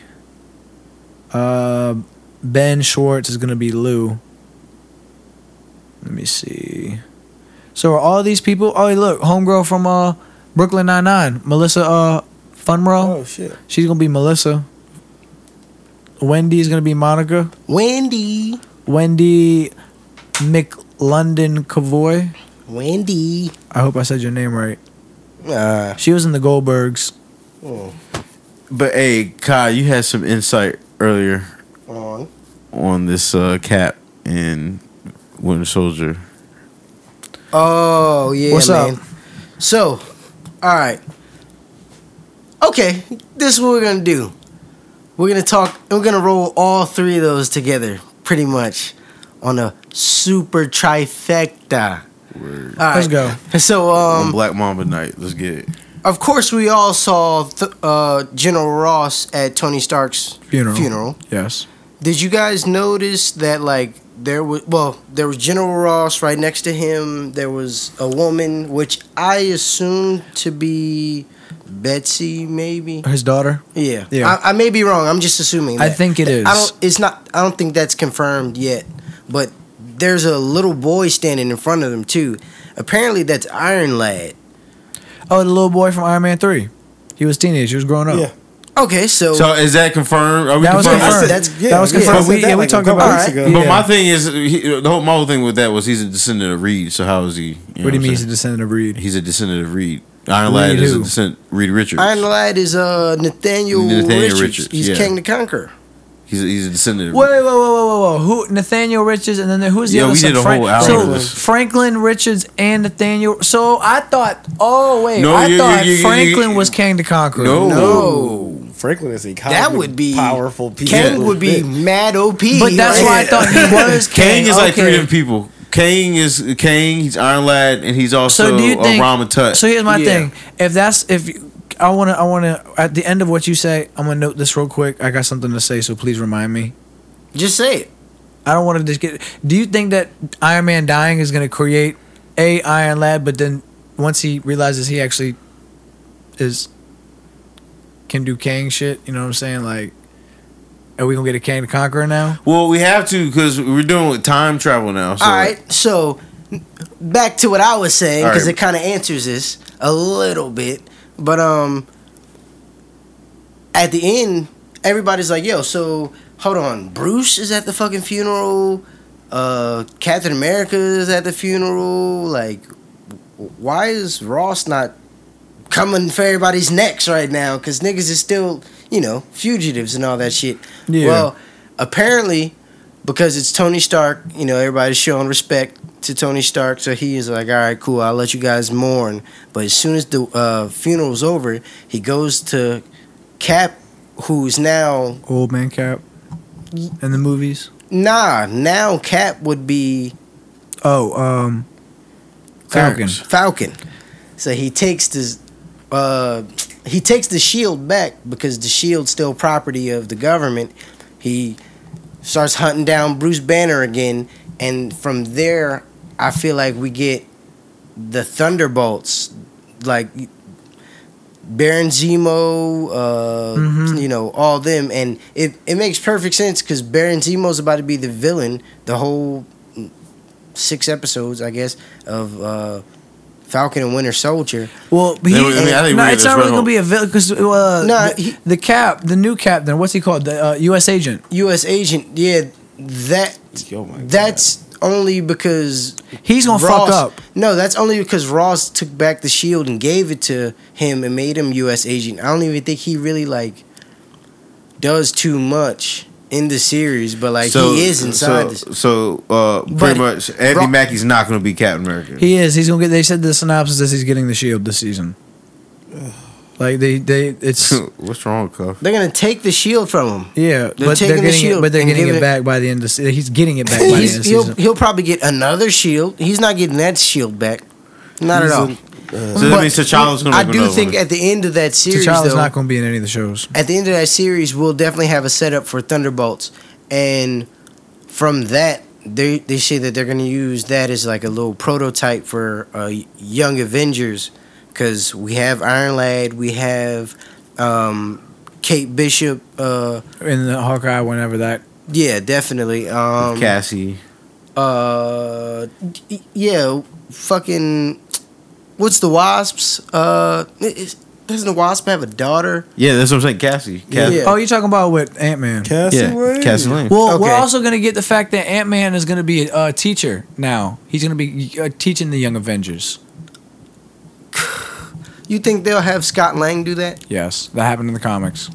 B: Uh, Ben Schwartz is gonna be Lou. Let me see. So are all these people? Oh, hey, look, homegirl from uh Brooklyn Nine Nine, Melissa uh Fun Raw.
D: Oh shit.
B: She's gonna be Melissa. Wendy's gonna be Monica.
A: Wendy,
B: Wendy McLondon Cavoy.
A: Wendy.
B: I hope I said your name right.
A: Uh, oh,
B: She was in the Goldbergs.
C: But hey, Kai, you had some insight earlier
A: on.
C: on this uh, cap and Winter Soldier.
A: Oh yeah,
B: What's up?
A: man. So, all right. Okay, this is what we're gonna do. We're gonna talk. We're gonna roll all three of those together, pretty much, on a super trifecta.
C: Word.
A: All
B: Let's go.
A: So,
C: on
A: um,
C: Black Mamba night. Let's get it.
A: of course, we all saw th- uh, General Ross at Tony Stark's
B: Funeral.
A: Funeral.
B: Yes.
A: Did you guys notice that like there was well there was General Ross right next to him. There was a woman which I assumed to be Betsy, maybe.
B: His daughter.
A: Yeah,
B: Yeah.
A: I, I may be wrong. I'm just assuming.
B: I
A: that.
B: think it is.
A: I don't. It's not. I don't think that's confirmed yet. But there's a little boy standing in front of them too. Apparently that's Iron Lad.
B: Oh, the little boy from Iron Man Three. He was teenage. He was growing up.
D: Yeah.
A: Okay, so,
C: So is that confirmed? Are we
B: oh. That was
C: confirmed?
B: confirmed.
A: that's-
B: that was
A: yeah,
B: confirmed.
A: I said
B: we,
D: that
B: yeah, we
D: like a
B: talked
D: couple
B: about
A: weeks
B: it.
D: ago.
B: Yeah.
C: But my thing is, he, the whole my whole thing with that was he's a descendant of Reed. So how is he? know
B: what do you
C: I'm
B: mean he's a
C: saying?
B: descendant of Reed?
C: He's a descendant of Reed. Iron Lad
B: Reed
C: is a
B: who?
C: descendant Reed Richards.
A: Iron Lad is uh Nathaniel,
C: Nathaniel
A: Richards.
C: Richards,
A: He's
C: yeah.
A: King the Conqueror.
C: He's a, he's a descendant. Of
B: Wait, whoa, whoa, whoa, whoa, whoa! Who? Nathaniel Richards, and then the, who's the
C: Yeah,
B: other
C: we
B: son?
C: did a whole hour
B: so
C: on this.
B: Franklin Richards and Nathaniel. So I thought, oh wait,
C: No,
B: I
C: you-
B: thought
C: you- you- you-
B: Franklin
C: you-
B: was King the Conqueror.
C: No.
A: No.
D: Franklin is a cosmic,
A: That would be
D: powerful piece.
A: Kang
D: of
A: would be
D: shit.
A: mad OP.
B: but that's
A: right
B: why I
A: there.
B: thought he was King.
C: Kang is like three
B: Okay.
C: different people. Kang is Kang. He's Iron Lad, and he's also
B: So do you
C: a
B: think?
C: Ramen Tut.
B: So here's my
A: Yeah.
B: thing: if that's if you- I want to, I want to. At the end of what you say, I'm gonna note this real quick. I got something to say, so please remind me.
A: Just say it.
B: I don't want to just get. Do you think that Iron Man dying is gonna create a Iron Lad, but then once he realizes he actually is can do Kang shit, you know what I'm saying? Like, are we gonna get a Kang the Conqueror now?
C: well, we have to because we're doing with time travel now. So
A: All right. So back to what I was saying
C: All
A: because
C: right.
A: it kind of answers this a little bit. But um, at the end, everybody's like, "Yo, so hold on, Bruce is at the fucking funeral. Uh, Captain America is at the funeral. Like, w- why is Ross not coming for everybody's necks right now? Because niggas is still, you know, fugitives and all that shit.
B: Yeah.
A: Well, apparently, because it's Tony Stark, you know, everybody's showing respect to Tony Stark, so he is like, all right, cool, I'll let you guys mourn. But as soon as the uh, funeral's over, he goes to Cap, who's now
B: Old Man Cap in the movies.
A: nah. Now Cap would be
B: Oh, um, Falcon.
C: Thanks.
A: Falcon, so he takes this. Uh, he takes the shield back because the shield's still property of the government. He starts hunting down Bruce Banner again, and from there, I feel like we get the Thunderbolts, like Baron Zemo, uh,
B: Mhm.
A: you know, all them, and it it makes perfect sense because Baron Zemo's about to be the villain the whole six episodes, I guess, of uh, Falcon and Winter Soldier.
B: Well, he,
C: I mean, I think
B: no, it's not
C: we- it's
B: really
C: right
B: gonna
C: on.
B: be a villain because uh,
A: No,
B: the,
A: he-
B: the Cap, the new Cap, then what's he called? The uh, U.S. agent.
A: U.S. Agent, yeah, that
D: Yo, Oh my God.
A: that's only because
B: He's gonna
A: Ross,
B: fuck up.
A: No, that's only because Ross took back the shield and gave it to him and made him U.S. agent. I don't even think he really like does too much in the series, but like he is inside
C: So,
A: this.
C: so uh,
A: But-
C: pretty much, Anthony
A: Ro-
C: Mackie's not going to be Captain America.
B: He is. He's gonna get. They said the synopsis is he's getting the shield this season. Like they, they, it's
C: What's wrong, Cuff?
A: They're gonna take the shield from him.
B: yeah,
A: taking
B: but they're
A: the
B: getting it,
A: shield
B: but they're
A: and
B: getting
A: giving
B: it
A: it-
B: back by the end of the se- He's getting it back by the end of the
A: He's, he'll
B: season.
A: he'll probably get another shield. He's not getting that shield back. Not
D: He's
A: at all.
D: in-
C: So that means T'Challa's going to
A: I do think at the end of that series,
B: T'Challa's
A: though,
B: not gonna be in any of the shows.
A: at the end of that series, we'll definitely have a setup for Thunderbolts, and from that, they they say that they're going to use that as like a little prototype for uh, Young Avengers, because we have Iron Lad, we have um, Kate Bishop, uh,
B: In the Hawkeye, whenever that.
A: yeah, definitely. Um,
C: Cassie.
A: uh, y- yeah, fucking, what's the Wasps? Uh, it- it's- doesn't the Wasp have a daughter?
C: Yeah, that's what I'm saying. Cassie. Cassie.
A: Yeah.
B: Oh, you're talking about with Ant Man.
C: Yeah, Cassie Lane.
B: Well, we're
A: Okay.
B: also going to get the fact that Ant Man is going to be a teacher now. He's going to be uh, teaching the Young Avengers.
A: You think they'll have Scott Lang do that?
B: Yes, that happened in the comics.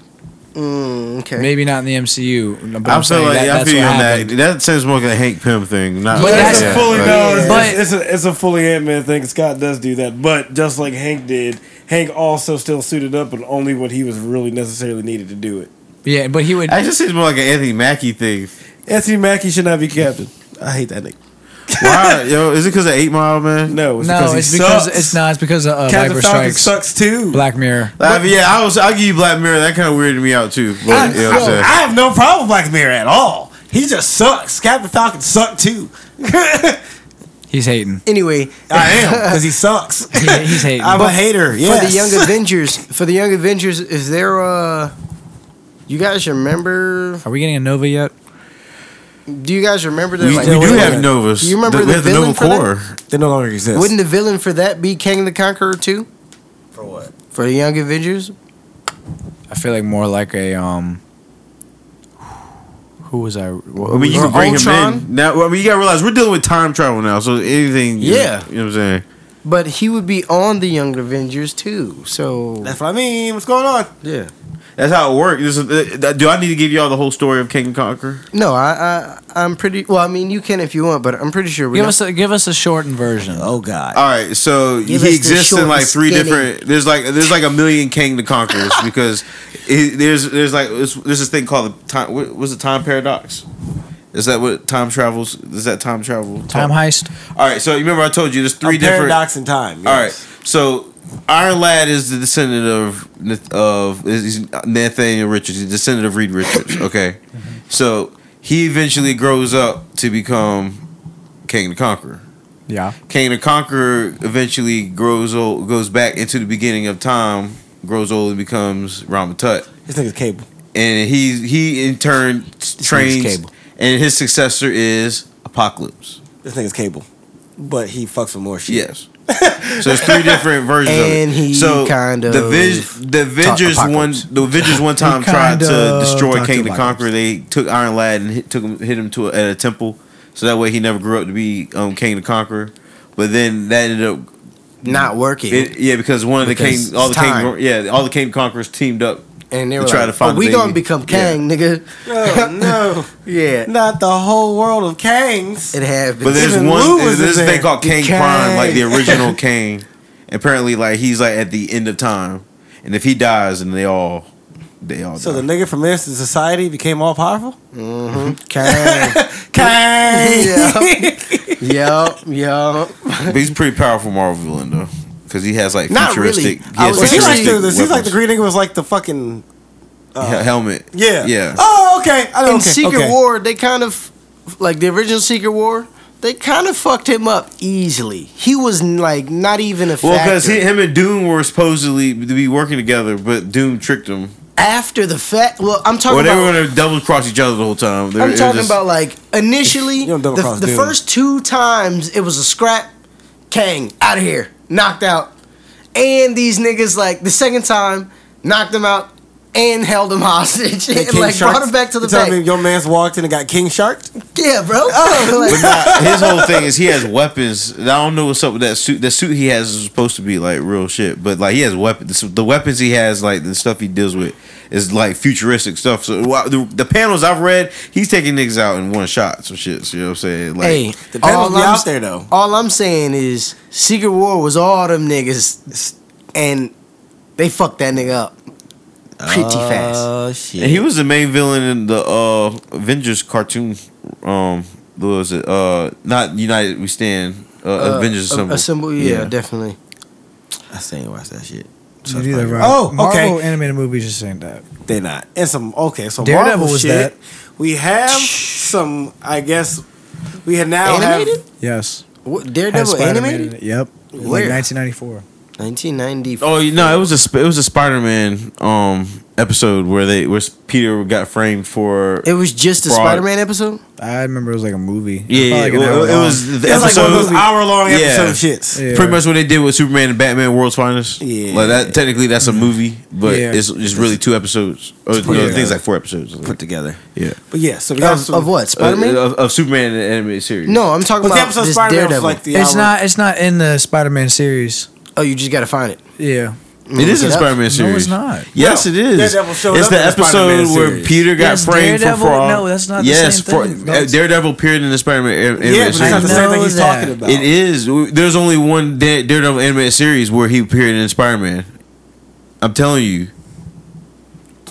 A: Mm, okay.
B: Maybe not in the MCU. But I'm,
C: I'm
B: saying
C: feeling like
B: that,
C: I
B: that's
C: feel you
B: what
C: on
B: happened.
C: that. That sounds more like a Hank Pym thing. Not
B: But
D: But
B: that's-
D: that's
B: Yeah,
D: a fully
C: right.
D: no. It's,
B: But-
D: it's, a, it's a fully Ant Man thing. Scott does do that, but just like Hank did, Hank also still suited up, but only what he was really necessarily needed to do it.
B: Yeah, but he would.
C: That just seems more like an Anthony Mackie thing.
D: Anthony Mackie should not be captain. I hate that nigga.
C: Why, yo? Is it because of Eight Mile Man?
D: No, it's
B: no,
D: because
B: it's
D: he
B: because
D: sucks.
B: it's not. It's because of uh,
D: Captain
B: Viper
D: Falcon
B: Strikes
D: sucks too.
B: Black Mirror.
C: I mean, yeah, I was. I give you Black Mirror. That kind of weirded me out too. But,
D: I,
C: you know what I'm
D: yo,
C: saying?
D: I have no problem with Black Mirror at all. He just sucks. Captain Falcon sucked too. I
B: He's hating.
A: Anyway,
D: am because he sucks.
B: He, he's hating.
D: I'm a hater.
A: for the
D: Yes.
A: Young Avengers, for the Young Avengers, is there uh you guys remember?
B: Are we getting a Nova yet?
A: Do you guys remember that?
C: we,
A: like,
C: we do
D: wait a
C: have
D: minute.
C: Novas.
A: You remember
C: we
A: the
C: have the
A: villain
C: Nova
A: for that?
C: Corps.
D: they no longer exist.
A: wouldn't the villain for that be Kang the Conqueror too?
D: for what?
A: For the Young Avengers,
B: I feel like more like a um. Who was I? oh, who
C: I mean, you
A: Or
C: can bring
A: Ultron?
C: him in now. well, I mean, you gotta realize we're dealing with time travel now. So anything, you
A: Yeah.
C: know, you know what I'm saying.
A: but he would be on the Young Avengers too. So
D: That's what I mean. What's going on?
A: yeah,
C: That's how it works. This is- uh, do I need to give y'all the whole story of King Conquer?
A: no, I, I I'm pretty. Well, I mean, you can if you want, but I'm pretty sure we.
B: Give
A: know-
B: us a give us a shortened version.
D: Oh God.
C: All right, so
A: Give us
C: he
A: the
C: exists
A: short
C: in like
A: and
C: three
A: skinny.
C: different. There's like there's like a million King the Conquerors because it, there's there's like there's, there's this thing called the time. What was the time paradox? Is that what time travels? Is that time travel?
B: Time heist.
C: All right, so you remember I told you there's three
D: A
C: different.
D: paradox in time.
C: All right, so Iron Lad is the descendant of Nath- of is- is Nathaniel Richards, he's the descendant of Reed Richards. Okay, so he eventually grows up to become King the Conqueror.
B: Yeah.
C: King the Conqueror eventually grows old, goes back into the beginning of time, grows old and becomes Rama Tut,
D: This nigga's cable.
C: and he he in turn trains,
B: Cable.
C: and his successor is Apocalypse.
D: This nigga's cable. But he fucks with more shit.
C: Yes. so there's three different versions
A: And
C: of it.
A: he
C: so
A: kind
C: the,
A: of
C: Vig- the Avengers one
A: apocalypse.
C: the Avengers one time
B: He
C: tried
B: kind
C: to
B: of
C: destroy
B: talked
C: King the
B: about
C: Conqueror. They took Iron Lad and hit, took him hit him to a, at a temple, so that way he never grew up to be um, King the Conqueror. But then that ended up
A: not working,
C: it, yeah because one of
A: Because
C: the King all the
A: it's time.
C: King yeah all the King Conquerors teamed up.
A: and they
C: to
A: were
C: try
A: like,
C: to find
A: "Oh,
C: the
A: we
C: baby."
A: gonna become Kang, nigga."
D: Oh, no.
A: Yeah,
D: Not the whole world of Kangs.
A: it have been.
C: But there's
D: Even
C: one
D: Lou
C: there's
D: was in
C: this
D: there.
C: thing called King Prime,
A: Kang.
C: like the original King. Apparently, like he's like at the end of time, and if he dies, then they all they all
D: So
C: die.
D: the nigga from Instant Society became all powerful?
A: Kang.
D: Kang!
A: Yeah. yup, yup.
C: But he's a pretty powerful Marvel villain though, because he has like
A: Not really.
C: futuristic. he
A: I was-
C: has
D: Well, he like
C: futuristic
D: the, it seems like the
C: weapons.
D: green nigga was like the fucking. uh,
C: He- helmet.
D: Yeah.
C: yeah.
D: Oh, okay. I know.
A: In
D: okay.
A: Secret
D: okay.
A: War, they kind of like the original Secret War. They kind of fucked him up easily. He was like not even a
C: well, because
A: Oh, factor
C: him and Doom were supposedly to be working together, but Doom tricked him.
A: after the fact. Well, I'm talking
C: Or they
A: about.
C: were going to double cross each other the whole time. They were-
A: I'm
C: it was
A: talking
C: just-
A: about like initially
D: You don't double
A: the,
D: cross
A: the
D: dude.
A: first two times it was a scrap. Kang out of here, knocked out, and these niggas like the second time knocked him out and held him hostage
D: Hey,
A: and
D: King
A: like
D: Sharks?
A: brought him back to the
D: you telling
A: bank.
D: me your man's walked in and got King Shark.
A: Yeah, bro.
D: Oh.
C: But nah, his whole thing is he has weapons. I don't know what's up with that suit. The suit he has is supposed to be like real shit, but like he has weapons. The weapons he has, like the stuff he deals with, is like futuristic stuff. So wha- the, the panels I've read, he's taking niggas out in one shot. Some shit. So, you know what I'm saying? Like,
A: hey,
D: The panels
A: all
D: be
A: I'm-
D: out there though.
A: All I'm saying is Secret War was all them niggas, and they fucked that nigga up pretty fast.
D: Oh
C: And
D: shit.
C: he was the main villain in the uh, Avengers cartoon. Um, what was it? Uh, not United We Stand. Uh, Avengers
A: a,
C: Assemble.
A: a symbol, yeah, definitely.
D: I still ain't watch that shit.
B: Oh,
D: Oh,
B: okay.
D: okay.
B: Marvel animated movies just ain't that.
D: They not. And some okay, so
B: Daredevil
D: Marvel
B: was
D: shit. We have some I guess we had now have-
A: Animated?
B: Yes.
A: What, Daredevil animated?
B: Yep.
A: Where?
B: Like 1994.
A: 1990.
C: Oh no, it was a sp- it was a Spider Man um episode where they where Peter got framed for
A: It was just a
C: Fraud.
A: Spider Man episode?
B: I remember it was like a movie. Probably
C: yeah,
B: like an
C: well,
B: hour
C: it
B: long.
C: was the
D: That's like one
C: episode
D: of those hour long
C: Yeah.
D: episode shits.
B: Yeah.
C: pretty much what they did with Superman and Batman World's Finest.
D: Yeah.
C: like that. Technically, that's a movie, but
B: Yeah.
C: it's it's really two episodes. Or no,
B: together.
C: I think it's like four episodes.
D: Put together.
C: yeah,
D: But yeah, so we got
A: Of,
D: some-
A: of what?
C: Uh,
A: Spider Man?
C: of, of Superman and animated series.
A: no, I'm talking
D: But the
A: about
D: episode of
A: this
D: Spider-Man was
A: Daredevil.
D: like the
B: It's
D: hour-
B: not. It's not in the Spider-Man series.
A: oh, you just got to find it.
B: Yeah.
C: it is
A: Look
C: in
A: it up.
C: Spider Man series.
B: not.
C: Yes,
D: No.
C: it is.
D: Daredevil showed
C: it's
D: up
C: the
D: in the Spider-Man
C: episode where
D: series.
C: Peter got
B: Yes,
C: framed
B: Daredevil-
C: for fraud.
B: no, that's not the
C: Yes,
B: same thing.
C: fra-
B: That's-
C: Daredevil appeared in the Spider-Man anim-
D: Yeah,
C: animated
D: but it's not the
C: series.
D: same
B: I
D: thing he's
B: know
D: talking
B: that.
D: about.
C: It is. There's only one Da- Daredevil animated series where he appeared in Spider-Man. I'm telling you.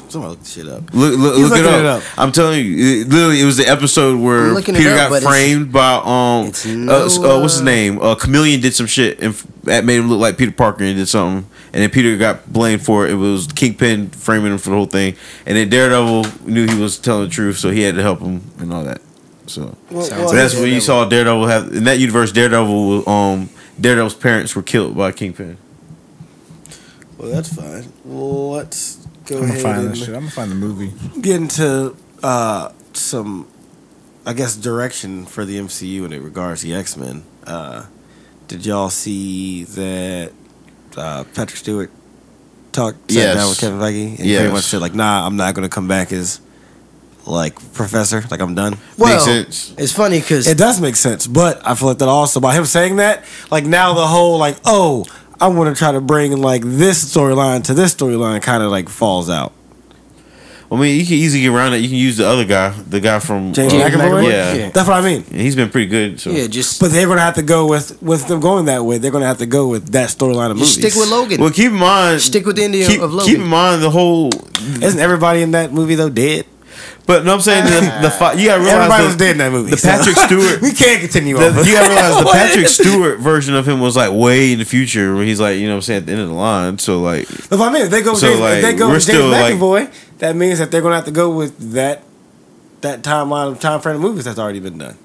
D: Somebody look this shit up.
C: Look, look,
D: He's
C: look it,
D: looking
C: up.
D: it up.
C: I'm telling you, it, literally, it was the episode
A: I'm
C: where
A: looking it
C: Peter
A: up, but
C: got
A: it's-
C: framed by um,
A: it's
C: uh,
A: no,
C: s- uh, what's his
A: uh,
C: name? Uh, Chameleon did some shit and f- that made him look like Peter Parker and did something, and then Peter got blamed for it. It was Kingpin framing him for the whole thing, and then Daredevil knew he was telling the truth, so he had to help him and all that. So,
A: well,
C: but that's when
A: Daredevil.
C: you saw Daredevil have in that universe. Daredevil, was, um, Daredevil's parents were killed by Kingpin.
D: Well, that's fine. Well, let's go
B: I'm gonna
D: ahead
B: find
D: and
B: this shit. I'm gonna find the movie.
D: get into uh, some, I guess, direction for the MCU in it regards the X Men. Uh, did y'all see that uh, Patrick Stewart talked sat
C: Yes.
D: down with Kevin Feige and
C: Yes.
D: pretty much said like, "Nah, I'm not going to come back as like professor. Like I'm done."
A: Well,
C: sense.
A: it's funny because
D: It does make sense, but I feel like that also by him saying that, like now the whole like, oh, I want to try to bring like this storyline to this storyline, kind of like falls out.
C: I mean, you can easily get around it. You can use the other guy, the guy from uh,
D: James
A: Yeah,
D: McAvoy.
C: Yeah.
A: Yeah.
D: That's what I mean.
C: And he's been pretty good. So.
A: yeah, just,
D: But they're gonna have to go with with them going that way. They're gonna have to go with that storyline of
A: just
D: movies.
A: stick with Logan.
C: Well, keep in mind,
A: Stick with the India
C: keep,
A: of Logan.
C: Keep in mind the whole.
D: Isn't everybody in that movie though dead?
C: But no, I'm saying the, the fi- you gotta realize
D: Everybody
C: the-
D: was dead in that movie.
C: The
D: so-
C: Patrick Stewart.
D: we can't continue on.
C: the,
D: this.
C: you gotta realize the Patrick Stewart version of him was like way in the future when he's like you know what I'm saying at the end of the line. So like
D: If I mean, if they go, with
C: So,
D: James,
C: like,
D: if they go
C: we're
D: with James
C: still, like-
D: McAvoy, that means that they're gonna have to go with that that timeline of time frame of movies that's already been done.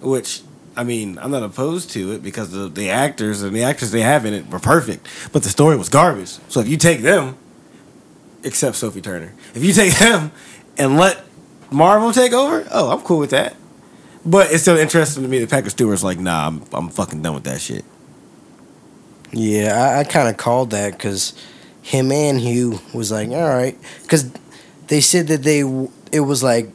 D: Which I mean, I'm not opposed to it because the, the actors and the actors they have in it were perfect, but the story was garbage. So if you take them, except Sophie Turner, if you take them and let Marvel take over, oh, I'm cool with that. But it's still interesting to me that Patrick Stewart's like, nah, I'm, I'm fucking done with that shit.
A: yeah, I, I kind of called that because him and Hugh was like, all right. Because they said that they, w- it was like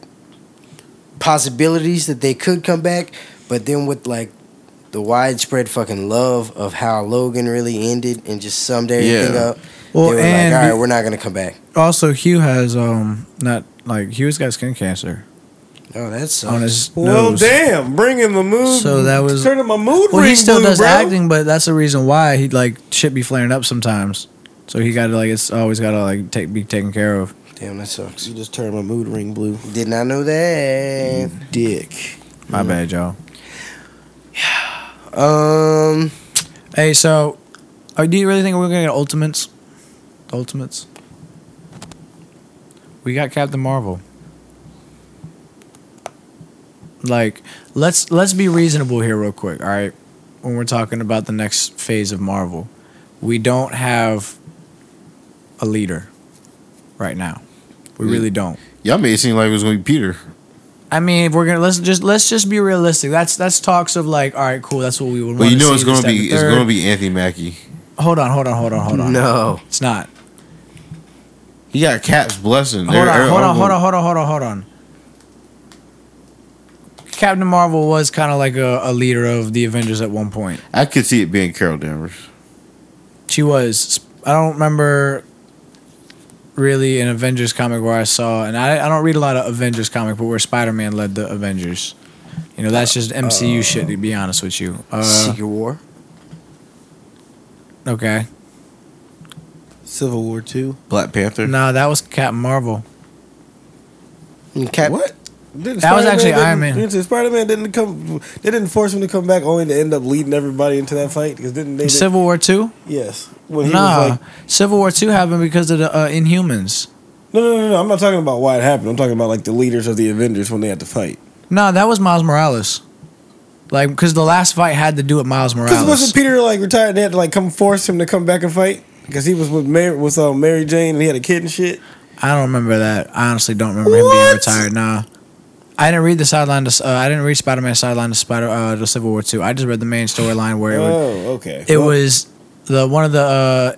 A: possibilities that they could come back, but then with like, the widespread fucking love of how Logan really ended and just summed everything
C: Yeah.
A: up.
B: Well,
A: they were
B: and
A: like, all right,
B: be-
A: we're not gonna come back.
B: Also, Hugh has um not like Hugh's got skin cancer
A: Oh, that sucks.
B: on his
D: Well,
B: nose.
D: damn, bringing the mood.
B: So that was-
D: turning my mood.
B: Well,
D: ring
B: he still
D: blue,
B: does
D: bro.
B: acting, but that's the reason why he like shit be flaring up sometimes. So he got to like it's always got to like take be taken care of.
A: Damn, that sucks.
D: You just turned my mood ring blue.
A: Did not know that.
D: Dick.
B: My bad, y'all.
A: Um,
B: Hey, so uh, do you really think we're gonna get Ultimates? Ultimates. We got Captain Marvel. Like, let's let's be reasonable here, real quick. All right, when we're talking about the next phase of Marvel, we don't have a leader right now. We
C: Mm.
B: really don't.
C: y'all made it seem like it was gonna be Peter.
B: I mean, if we're gonna let's just let's just be realistic. That's that's talks of like, all right, cool. That's what we would.
C: Well, you
B: wanna
C: know
B: see,
C: it's gonna
B: this, that,
C: be
B: and the
C: it's
B: third.
C: gonna be Anthony Mackie.
B: Hold on, hold on, hold on, hold on.
A: no.
B: it's not.
C: He got Cap's blessing.
B: Hold on, hold on, hold on, hold on, hold on, hold on. Captain Marvel was kind of like a, a leader of the Avengers at one point.
C: I could see it being Carol Danvers.
B: She was. I don't remember really an Avengers comic where I saw, and I, I don't read a lot of Avengers comic, but where Spider Man led the Avengers. You know, that's just
D: Uh,
B: MCU shit, to be honest with you. Uh,
A: Secret War.
B: okay.
D: Civil War Two.
C: Black Panther.
B: No, that was Captain Marvel.
A: And Mm, Cap-
D: What? Didn't
B: That was
D: Spider-Man
B: actually
D: didn't-
B: Iron Man.
D: didn't- Spider-Man didn't come. They didn't force him to come back, only to end up leading everybody into that fight. Because didn't they?
B: Civil War 2?
D: yes. When he
B: Nah.
D: was like,
B: Civil War 2 happened because of the uh, Inhumans.
D: no, no, no, no. I'm not talking about why it happened. I'm talking about like the leaders of the Avengers when they had to fight.
B: No, that was Miles Morales. Like, because the last fight had to do with Miles
D: Because
B: Morales.
D: wasn't Peter like retired? They had to like come force him to come back and fight because he was with Mary with uh, Mary Jane and he had a kid and shit.
B: I don't remember that. I honestly don't remember him being
D: What?
B: retired. Nah. I didn't read the sideline. To, uh, I didn't read Spider Man sideline to Spider uh, to Civil War two. I just read the main storyline where it, would,
D: Oh, okay.
B: it
D: Well,
B: was the one of the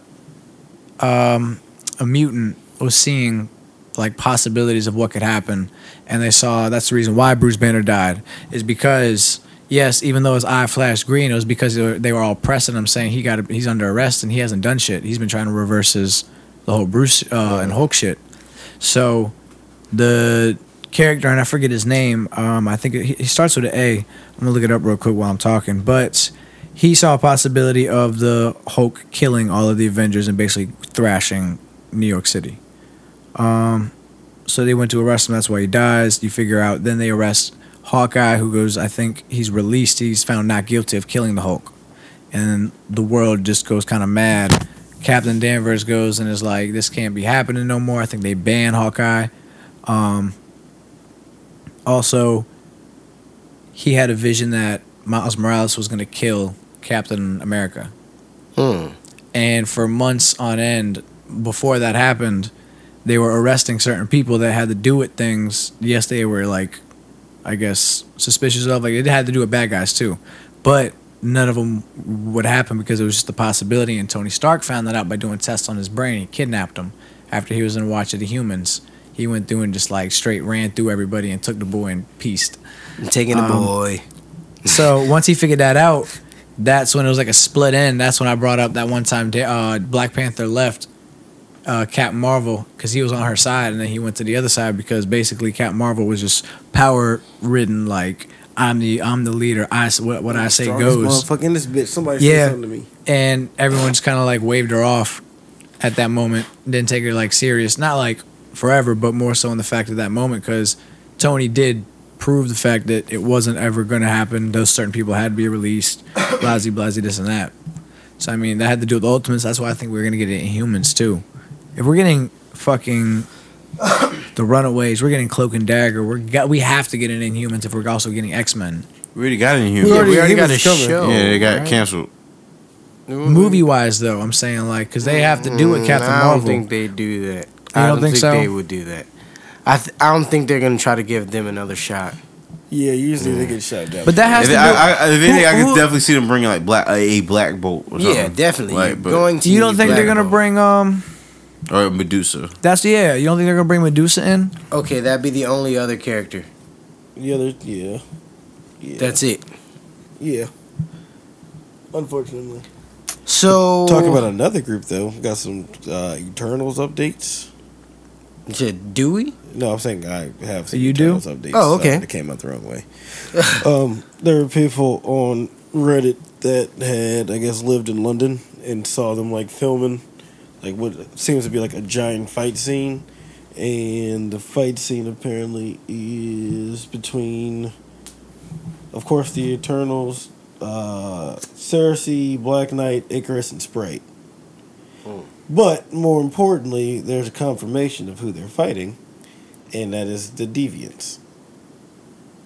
B: uh, um, a mutant was seeing like possibilities of what could happen, and they saw that's the reason why Bruce Banner died is because yes, even though his eye flashed green, it was because they were, they were all pressing him saying he got he's under arrest and he hasn't done shit. He's been trying to reverse his the whole Bruce uh, and Hulk shit. So the character and I forget his name. Um, I think he, he starts with an A. I'm gonna look it up real quick while I'm talking, but he saw a possibility of the Hulk killing all of the Avengers and basically thrashing New York City. Um, so they went to arrest him. That's why he dies. You figure out. Then they arrest Hawkeye, who goes. I think he's released. He's found not guilty of killing the Hulk, and the world just goes kind of mad. Captain Danvers goes and is like, "This can't be happening no more." I think they ban Hawkeye. Um, also, he had a vision that Miles Morales was going to kill Captain America.
A: Hmm.
B: And for months on end, before that happened, they were arresting certain people that had to do with things. Yes, they were like, I guess, suspicious of. Like, it had to do with bad guys too. But none of them would happen because it was just the possibility. And Tony Stark found that out by doing tests on his brain. He kidnapped him after he was in Watch of the Humans. He went through and just like straight ran through everybody and took the boy and pieced.
A: I'm taking the
B: Um,
A: boy.
B: So once he figured that out, that's when it was like a split end. That's when I brought up that one time uh, Black Panther left uh, Cap Marvel because he was on her side, and then he went to the other side because basically Cap Marvel was just power ridden. Like I'm the I'm the leader. I s- what, what I say
D: strongest
B: goes
D: Motherfucker in this bitch. Somebody
B: Yeah.
D: said something to me.
B: and everyone's kind of like waved her off at that moment. Didn't take her like serious, not like forever, but more so in the fact of that moment because Tony did prove the fact that it wasn't ever going to happen. Those certain people had to be released, blazy blazy this and that. So I mean, that had to do with the Ultimates. That's why I think we're going to get it in Humans too. If we're getting fucking the Runaways, we're getting Cloak and Dagger. We're got, we have to get it in Humans if we're also getting X Men.
C: We already got it in
A: Yeah,
C: here.
A: we already
D: he
A: got
D: was
A: a
D: covered.
A: show.
C: yeah, they got
A: right?
C: canceled.
B: Movie wise, though, I'm saying like because they have to do
A: Mm,
B: with Captain
A: Mm-hmm. I
B: Marvel.
A: don't think they do that.
B: You
A: I
B: don't
A: don't
B: think
A: think,
B: so?
A: they would do that. I th- I don't think they're gonna try to give them another shot.
D: Yeah, usually they get shut down.
B: But that has
C: If
B: to do.
C: they- I, I, if anything, I
B: who-
C: could definitely see them bringing like black a black bolt. Or something.
A: Yeah, definitely.
C: Like, but,
A: going to
B: you don't think they're
A: Black
B: gonna
A: Bolt.
B: bring um?
C: or Medusa.
B: That's yeah. You don't think they're gonna bring Medusa in?
A: Okay, that'd be the only other character.
D: yeah, there- yeah, yeah,
A: That's it.
D: yeah. Unfortunately,
A: So
D: talk about another group though. Got some uh, Eternals updates.
A: Yeah, do we?
D: No, I'm saying I have some
B: You do?
D: Eternals updates.
A: Oh, okay.
D: It came out the wrong way. um, there were people on Reddit that had, I guess, lived in London and saw them like filming, like what seems to be like a giant fight scene, and the fight scene apparently is between, of course, the Eternals, uh, Cersei, Black Knight, Icarus, and Sprite. But more importantly, there's a confirmation of who they're fighting, and that is the Deviants.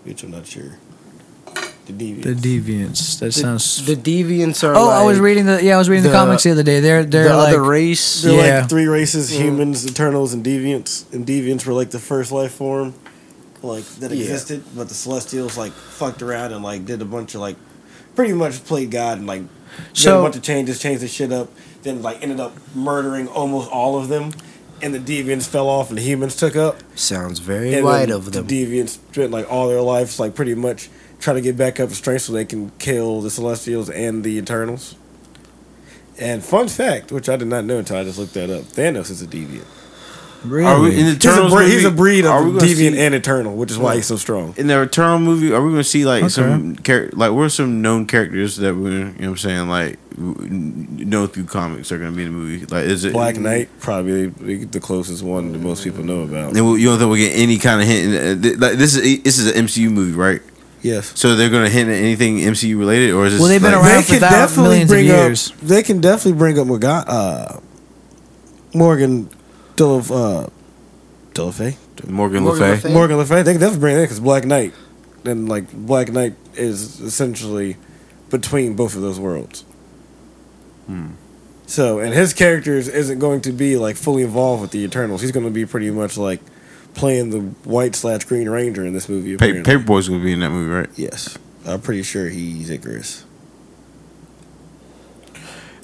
D: Which I'm not sure. The Deviants.
B: The Deviants. That sounds.
A: The deviants are.
B: oh, I was
A: like
B: reading the yeah. I was reading the,
A: the-
B: comics the other day. They're they're
A: the
B: like
A: other race.
D: They're
B: Yeah.
D: like three races: humans, Eternals, and Deviants. And Deviants were like the first life form, like that
A: Yeah.
D: existed. But the Celestials like fucked around and like did a bunch of like, pretty much played God and like did
B: So-
D: a bunch of changes, changed the shit up. Then like ended up murdering almost all of them, and the Deviants fell off and the humans took up.
A: Sounds very
D: And
A: white
D: then
A: of
D: the
A: them.
D: Deviants spent like all their lives like pretty much trying to get back up to strength so they can kill the Celestials and the Eternals. And fun fact, which I did not know until I just looked that up, Thanos is a deviant.
B: really.
C: Are we in the
D: He's a,
C: Eternals?
D: bre- he's a
C: movie?
D: breed
C: Are we
D: of
C: gonna
D: deviant
C: see-
D: and eternal, which is why he's so strong.
C: in the Eternal movie, are we gonna see like
B: Okay.
C: some char- like what are some known characters that we you know what I'm saying like w- know through comics are gonna be in the movie? Like is it
D: Black Knight probably the closest one that most people know about.
C: And we- you don't think we get any kind of hint? in- uh, th- Like this is this is an MCU movie, right?
D: Yes.
C: So they're gonna hint at anything MCU related, or is this
B: Well, they've been
C: like-
B: around for thou- millions of
D: bring
B: years.
D: up. They can definitely bring up Morgan, uh, Morgan, Dillif, uh, Dillifay,
C: Morgan,
A: Morgan
C: Le
A: Le Fay.
C: Fay.
D: Morgan Le Fay. They can definitely bring that because Black Knight and like Black Knight is essentially between both of those worlds.
B: Hmm.
D: So, and his characters isn't going to be like fully involved with the Eternals. He's going to be pretty much like playing the white slash Green Ranger in this movie.
C: Pa-
D: apparently.
C: Paperboy's gonna be in that movie, right?
D: Yes, I'm pretty sure he's Icarus.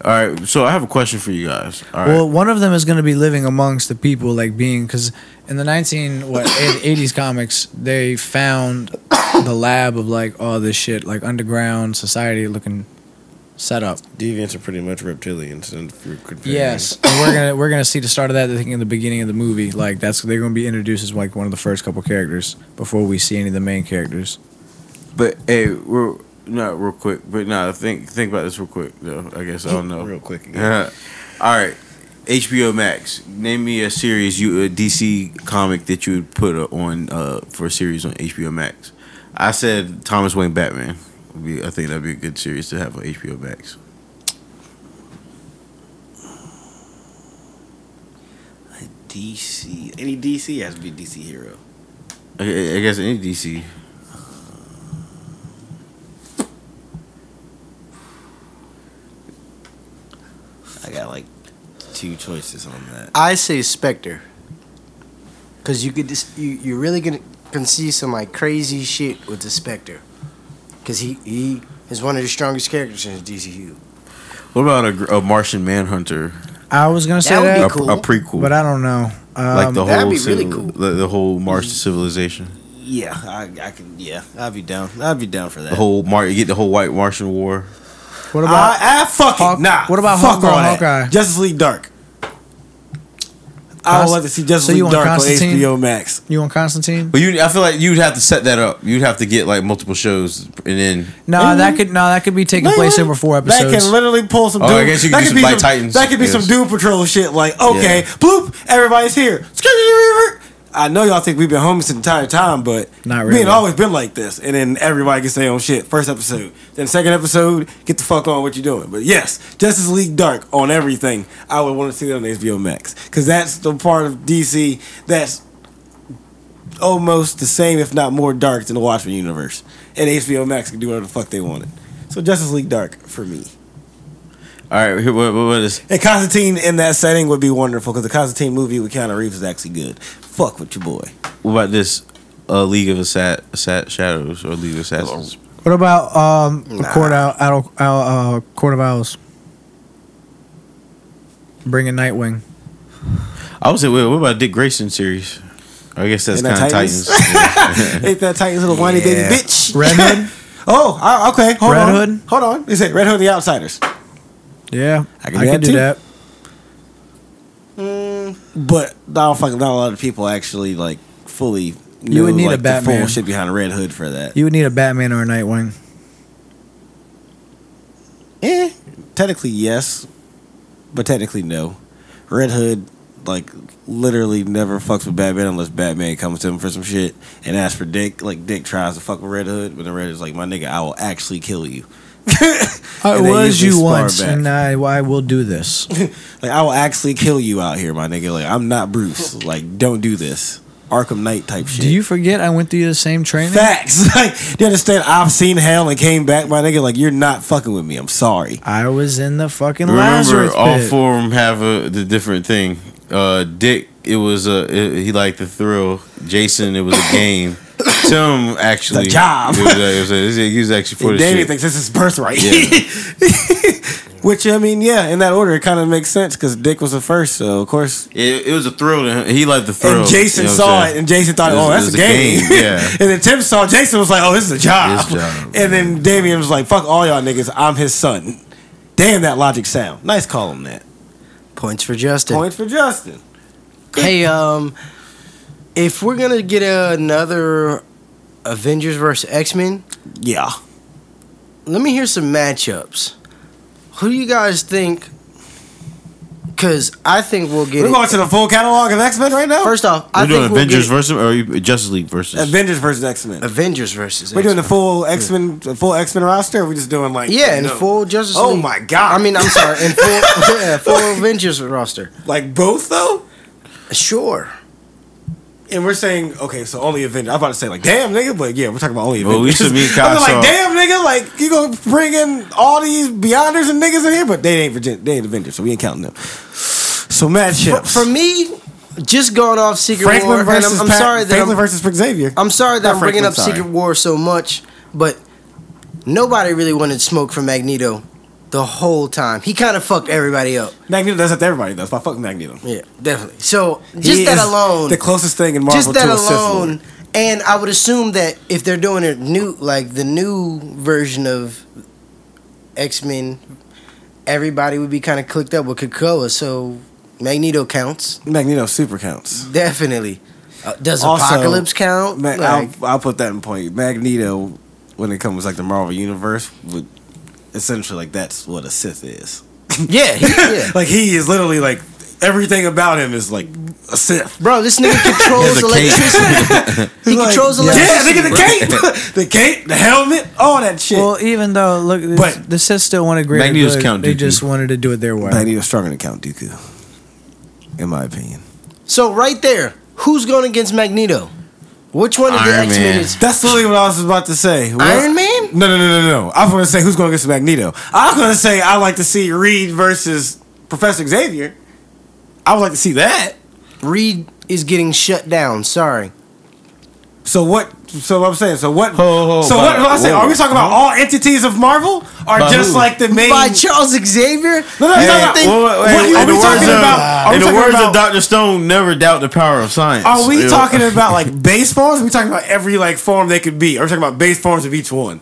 C: All right. So I have a question for you guys. All right.
B: Well, one of them is going to be living amongst the people, like being because in the nineteen what eighties comics, they found the lab of like all this shit, like underground society looking setup.
D: Deviants are pretty much reptilians, and if you're comparing-
B: Yes, and we're gonna we're gonna see the start of that. I think in the beginning of the movie, like that's they're gonna be introduced as like one of the first couple characters before we see any of the main characters.
C: but hey, we're not real quick. But no, think think about this real quick though. I guess I don't know.
D: real quick. Again.
C: All right. HBO Max. Name me a series you a DC comic that you would put uh, on uh, for a series on HBO Max. I said Thomas Wayne Batman. Would be, I think that'd be a good series to have on HBO Max.
E: DC. Any DC has to be a DC hero.
C: I, I guess any DC.
E: I got like two choices on that.
A: I say Spectre. Cause you could just you you really gonna can see some like crazy shit with the Spectre. Cause he he is one of the strongest characters in DCU.
C: What about a, gr- a Martian Manhunter?
B: I was gonna say
A: That would
B: that,
A: be
C: A,
A: cool.
C: a prequel,
B: but I don't know. Um,
C: like the
A: that'd
C: whole
A: be really
C: civil-
A: cool.
C: the, the whole Martian civilization,
E: Yeah, I, I can. Yeah, I'd be down. I'd be down for that.
C: the whole Mar- you get the whole White Martian War.
B: what
D: I,
B: about
D: I Ah, fuck it,
B: Hawk-
D: nah.
B: what about
D: fuck
B: Homegirl
D: all that.
B: Hawkeye?
D: Justice League Dark. I would like to see Justice
B: So you
D: League
B: want
D: Dark on
B: Constantine?
D: HBO Max.
B: you on Constantine?
C: But you, I feel like you'd have to set that up. You'd have to get like multiple shows, and then
B: No, that could no, that could be taking place over four episodes.
D: That can literally pull some.
C: Oh,
D: Doom,
C: I guess you
D: that
C: could do some
D: be
C: Black Titans.
D: That could be some
C: Yes.
D: Doom Patrol shit. Like, okay,
C: Yeah.
D: bloop, everybody's here. I know y'all think we've been homies the entire time, but
B: Not
D: We
B: really.
D: ain't always been like this. And then everybody gets their own shit. First episode, then second episode, get the fuck on what you're doing. But yes, Justice League Dark on everything. I would want to see that on HBO Max because that's the part of DC that's almost the same, if not more, dark than the Watchmen universe. And HBO Max can do whatever the fuck they wanted. So Justice League Dark for me.
C: all right, here, what, what- what is?
D: And Constantine in that setting would be wonderful because the Constantine movie with Keanu Reeves is actually good. Fuck with your boy.
C: What about this? A League of Assat, Assat Shadows or League of Assassins?
B: What about um the court out, out, out uh, court of owls? Bringing Nightwing.
C: I would say, wait, what about Dick Grayson series? I guess that's
D: Ain't
C: kind
D: that
C: of
D: Titans?
C: Titans.
D: Ain't that Titan's little whiny
E: Yeah.
D: baby bitch?
B: Red Hood?
D: oh, I- okay. Hold
B: Red
D: on.
B: Hood?
D: Hold on. They say Red Hood and the Outsiders.
B: Yeah,
D: I can do that too.
A: Mm,
D: But I don't fucking not a lot of people actually like fully knew,
B: would need
D: like,
B: a
D: the
B: Batman.
D: full shit behind Red Hood for that.
B: You would need a Batman or a Nightwing.
D: Eh, technically yes, but technically no. Red Hood like literally never fucks with Batman unless Batman comes to him for some shit and asks for Dick. Like Dick tries to fuck with Red Hood, but the Red is like, "My nigga, I will actually kill you."
B: I
D: And they
B: was
D: usually
B: you
D: spar
B: once,
D: back.
B: and I, I will do this.
D: Like I will actually kill you out here, my nigga. Like I'm not Bruce. Like don't do this. Arkham Knight type shit.
B: Do you forget I went through the same training?
D: Facts. Like, do you understand? I've seen hell and came back, my nigga. Like, you're not fucking with me. I'm sorry.
B: I was in the fucking
C: Remember,
B: Lazarus
C: all
B: pit.
C: four of them have a, the different thing. Uh, Dick, it was a it- he liked the thrill. Jason, it was a game. Tim actually
D: The job.
C: It was, a- it was a- he was actually for the
D: Danny
C: shit.
D: thinks this is birthright.
C: Yeah.
D: Which I mean, yeah, in that order, it kind of makes sense because Dick was the first, so of course.
C: It, it was a thrill to him. He liked the thrill.
D: And Jason
C: you know what I'm
D: saw
C: saying?
D: it, and Jason thought,
C: It was-
D: "Oh,
C: it
D: that's
C: was
D: a game."
C: Yeah.
D: and then Tim saw Jason was like, "Oh, this is a job."
C: This job.
D: And then Damien was like, "Fuck all y'all niggas, I'm his son." Damn that logic sound. Nice call him that.
A: points for Justin.
D: Point for Justin.
A: Hey, um, if we're gonna get another Avengers versus X Men,
D: Yeah.
A: let me hear some matchups. Who do you guys think? Because I think we'll get
D: We're
A: it.
D: going to the full catalog of X Men right now.
A: First off,
C: We're
A: I
C: doing
A: think we'll
C: Avengers
A: get
C: versus or you- Justice League versus.
D: Avengers versus X Men.
A: Avengers versus.
D: We're doing the
A: X-Men.
D: full X Men, full X Men roster. Or we just doing like
A: Yeah, and
D: no?
A: full Justice
D: Oh
A: League.
D: my God.
A: I mean, I'm sorry, and full yeah, full Avengers roster.
D: like both though.
A: Sure.
D: and we're saying okay, so only Avenger. I'm about to say like, damn nigga, but yeah, we're talking about only
C: Well, at
D: Avengers.
C: least me and Kai
D: I'm
C: saw-
D: like, damn nigga, like you gonna bring in all these Beyonders and niggas in here, but they ain't Virgin- they ain't Avengers, so we ain't counting them. So matchups.
A: For me, just going off Secret War,
D: Franklin
A: and I'm-
D: versus
A: I'm,
D: Pat-
A: sorry that
D: Franklin
A: I'm,
D: versus Frank Xavier.
A: I'm sorry that
D: Not
A: I'm bringing
D: Franklin,
A: up
D: sorry.
A: Secret War so much, but nobody really wanted smoke from Magneto the whole time. He kind of fucked everybody up.
D: Magneto does that to everybody though. But I fuck Magneto.
A: Yeah, definitely. So
D: He
A: just that
D: is
A: alone,
D: the closest thing in Marvel
A: just that
D: to a Sith Lord.
A: alone, and I would assume that if they're doing a new, like the new version of X Men, everybody would be kind of clicked up with Krakoa. So Magneto counts
D: Magneto super counts.
A: definitely. Uh, does
D: Also,
A: Apocalypse count?
D: Ma-
A: Like,
D: I'll, I'll put that in point. Magneto, when it comes like the Marvel universe, would essentially like that's what a Sith is.
A: yeah, he- yeah.
D: Like he is literally like everything about him is like a Sith.
A: Bro, this nigga controls electricity. he
D: Like,
A: controls
D: Yeah,
A: electricity.
D: nigga, the cape, the cape, the helmet, all that shit.
B: Well, even though look, the-
D: But-
B: the Sith still wanted greater
C: Magneto's
B: good.
C: Count
B: they
C: Dooku.
B: just wanted to do it their way.
D: Magneto's stronger than Count Dooku, in my opinion.
A: So right there, who's going against Magneto? Which one of the
C: Iron
A: X Men
C: Man.
A: is
D: That's literally what I was about to say. What-
A: Iron Man?
D: No, no, no, no, no. I was going to say who's going to get some Magneto. I was going to say I like to see Reed versus Professor Xavier. I would like to see that.
A: Reed is getting shut down. Sorry.
D: So what? So I'm saying. So what?
C: Ho, ho,
D: so
C: by-
D: what? I say,
C: whoa.
D: are we talking about all entities of Marvel, or
C: By
D: just
C: who?
D: like the main?
A: By Charles Xavier?
D: No, no, he's
A: You
D: talking
A: don't
D: about-
A: think-
C: Well,
D: What
C: wait,
D: you-
C: in
D: are we
C: the
D: talking
C: words of-
D: about- are we
C: in the
D: talking
C: words
D: about-
C: of Doctor Stone, never doubt the power of science.
D: are we
C: You know?
D: talking about like base forms? Are we talking about every like form they could be? Are we talking about base forms of each one?